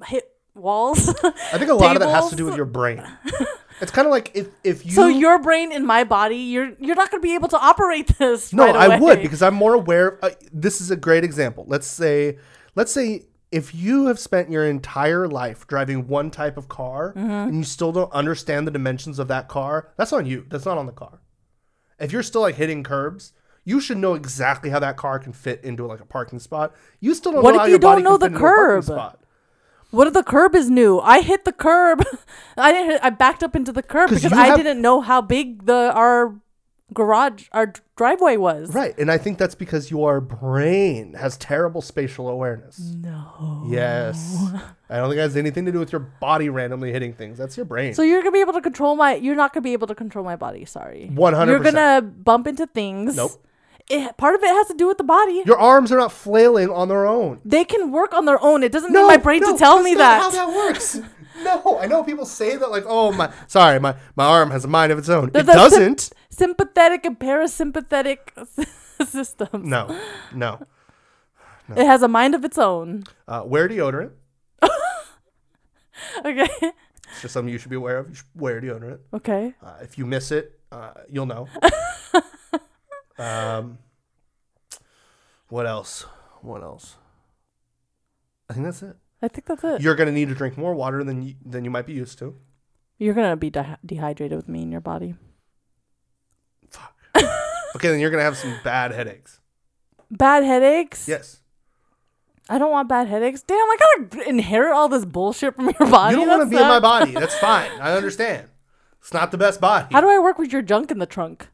hit walls.
I think a lot of that has to do with your brain. it's kind of like if if you.
So your brain in my body, you're you're not going to be able to operate this.
no,
right
I would
away.
because I'm more aware. Of, uh, this is a great example. Let's say, let's say if you have spent your entire life driving one type of car
Mm-hmm.
and you still don't understand the dimensions of that car, that's on you. That's not on the car. If you're still like hitting curbs. You should know exactly how that car can fit into like a parking spot. You still don't
What
know
if
how
you
your body
don't know
can
the
fit into a parking
curb?
spot.
What if the curb is new? I hit the curb. I didn't. hit- I backed up into the curb
'Cause
because
you
I
have-
didn't know how big the our garage our driveway was.
Right. And I think that's because your brain has terrible spatial awareness. No. Yes. I don't think it has anything to do with your body randomly hitting things. That's your brain.
So you're gonna be able to control my. You're not gonna be able to control my body. Sorry.
100%.
You're gonna bump into things.
Nope.
It, part of it has to do with the body.
your arms are not flailing on their own.
they can work on their own. It doesn't need my brain to tell
that's
me
not
that.
How that works. No, I know people say that like, oh my, sorry, my my arm has a mind of its own.
the
it
sym-
doesn't.
Sympathetic and parasympathetic systems.
no, no.
It has a mind of its own.
Uh, wear deodorant.
Okay.
It's just something you should be aware of. You should wear deodorant.
Okay.
Uh, if you miss it, uh, you'll know. um, what else? What else? I think that's it.
I think that's it.
You're gonna need to drink more water than you, than you might be used to.
You're gonna be de- dehydrated with me in your body.
Okay, then you're gonna have some bad headaches.
Bad headaches.
Yes,
I don't want bad headaches. Damn, I gotta inherit all this bullshit from your body.
you don't
That
want to be in my
sucks.
body. That's fine. I understand. It's not the best body.
How do I work with your junk in the trunk?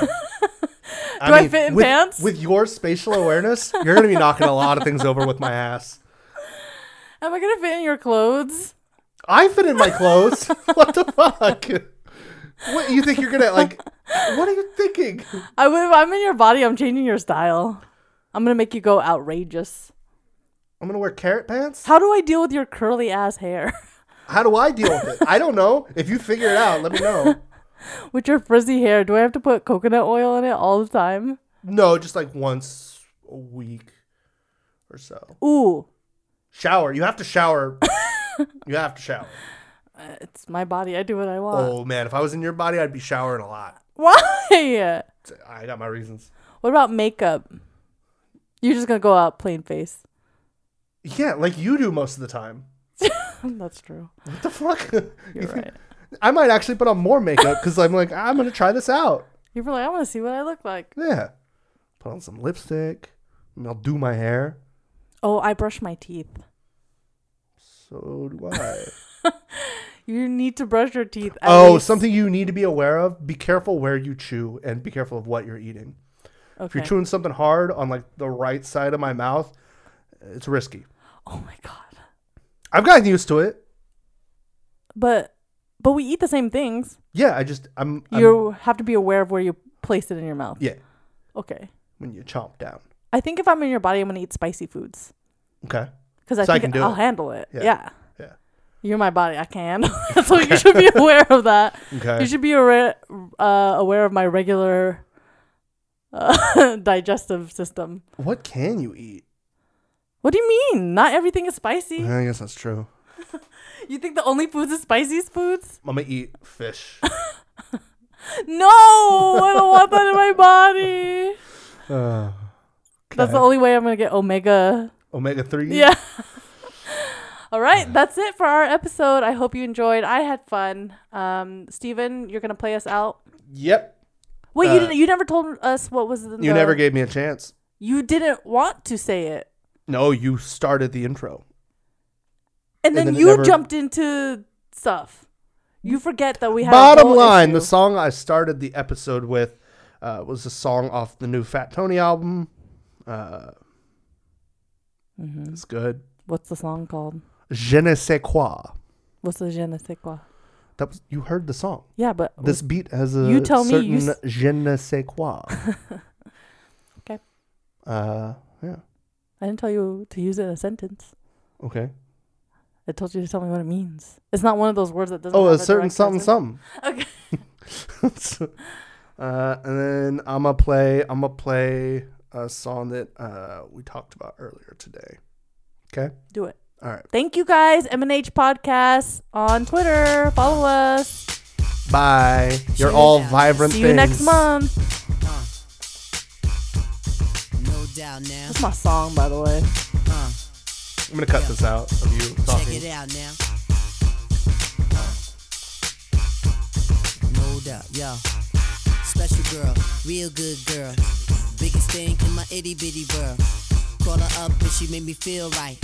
do
Do I fit in
with,
pants?
With your spatial awareness, you're gonna be knocking a lot of things over with my ass.
Am I gonna fit in your clothes?
I fit in my clothes. what the fuck? What you think you're gonna like? What are you thinking?
I would. If I'm in your body, I'm changing your style. I'm gonna make you go outrageous.
I'm gonna wear carrot pants.
How do I deal with your curly ass hair?
How do I deal with it? I don't know. If you figure it out, let me know.
with your frizzy hair, do I have to put coconut oil in it all the time?
No, just like once a week or so.
Ooh,
Shower. You have to shower. you have to shower.
it's my body. I do what I want.
Oh man, if I was in your body, I'd be showering a lot.
Why?
I got my reasons.
What about makeup? You're just gonna go out plain face.
Yeah, like you do most of the time.
That's true.
What the fuck?
You're right.
I might actually put on more makeup because I'm like, I'm gonna try this out.
You were like, I want to see what I look like.
Yeah. Put on some lipstick. And I'll do my hair.
Oh, I brush my teeth.
So do I.
You need to brush your teeth. at
oh,
least-
something you need to be aware of. Be careful where you chew and be careful of what you're eating. If
Okay.
you're chewing something hard on like the right side of my mouth, it's risky.
oh my god.
I've gotten used to it.
But but we eat the same things.
Yeah, I just I'm, I'm
You have to be aware of where you place it in your mouth.
yeah
Okay.
when you chomp down.
I think if I'm in your body, I'm gonna eat spicy foods
Okay.
because I
So I
think
can do
I'll
it.
handle it.
Yeah.
Yeah.
Yeah.
You're my body. I can. so you should be aware of that.
Okay.
You should be aware, uh, aware of my regular uh, digestive system.
what can you eat?
What do you mean? Not everything is spicy.
I guess that's true.
You think the only foods is spicy is foods?
I'm gonna eat fish.
No, I don't want that in my body.
Uh,
That's the only way I'm gonna get omega.
Omega three.
Yeah. All right, that's it for our episode. I hope you enjoyed. I had fun. Um, Steven, you're gonna play us out.
Yep.
Wait,
Uh,
you didn't. You never told us what was the.
You never gave me a chance.
You didn't want to say it,
No, you started the intro.
and then,
then it
you
never- Mm-hmm.
jumped into stuff. You forget that we had. a
Bottom
whole
line,
issue.
the song I started the episode with uh, was a song off the new Fat Tony album. Uh, It's good.
Mm-hmm. What's the song called?
Je ne sais quoi.
What's the je ne sais quoi?
That was, you heard the song.
Yeah, but
This beat has a
Oh. You tell me
certain
you s-
je ne sais quoi.
Okay.
Uh, yeah.
I didn't tell you to use it in a sentence.
Okay.
I told you to tell me what it means. It's not one of those words that doesn't.
Oh,
have
a certain
direct
something,
sentence.
something.
Okay.
So, uh, and then I'm gonna play. I'm gonna play a song that uh, we talked about earlier today. Okay.
Do it.
All right.
Thank you guys, MNH Podcast on Twitter. Follow us.
Bye. You're all vibrant.
See you next
things.
month.
Uh. No doubt now.
That's my song, by the way.
Uh.
I'm gonna cut this out of you
Check
talking.
it out now. No doubt, yo. Special girl, real good girl. Biggest thing in my itty bitty world. Call her up and she made me feel right.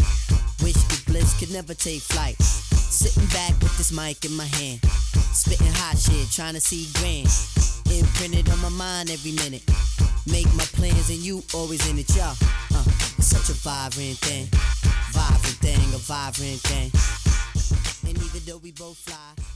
Wish the bliss could never take flight. Sitting back with this mic in my hand. Spitting hot shit, trying to see grand. Imprinted on my mind every minute. Make my plans and you always in it, y'all. Uh, it's such a vibrant thing. Vibrant thing, a vibrant thing. And even though we both fly.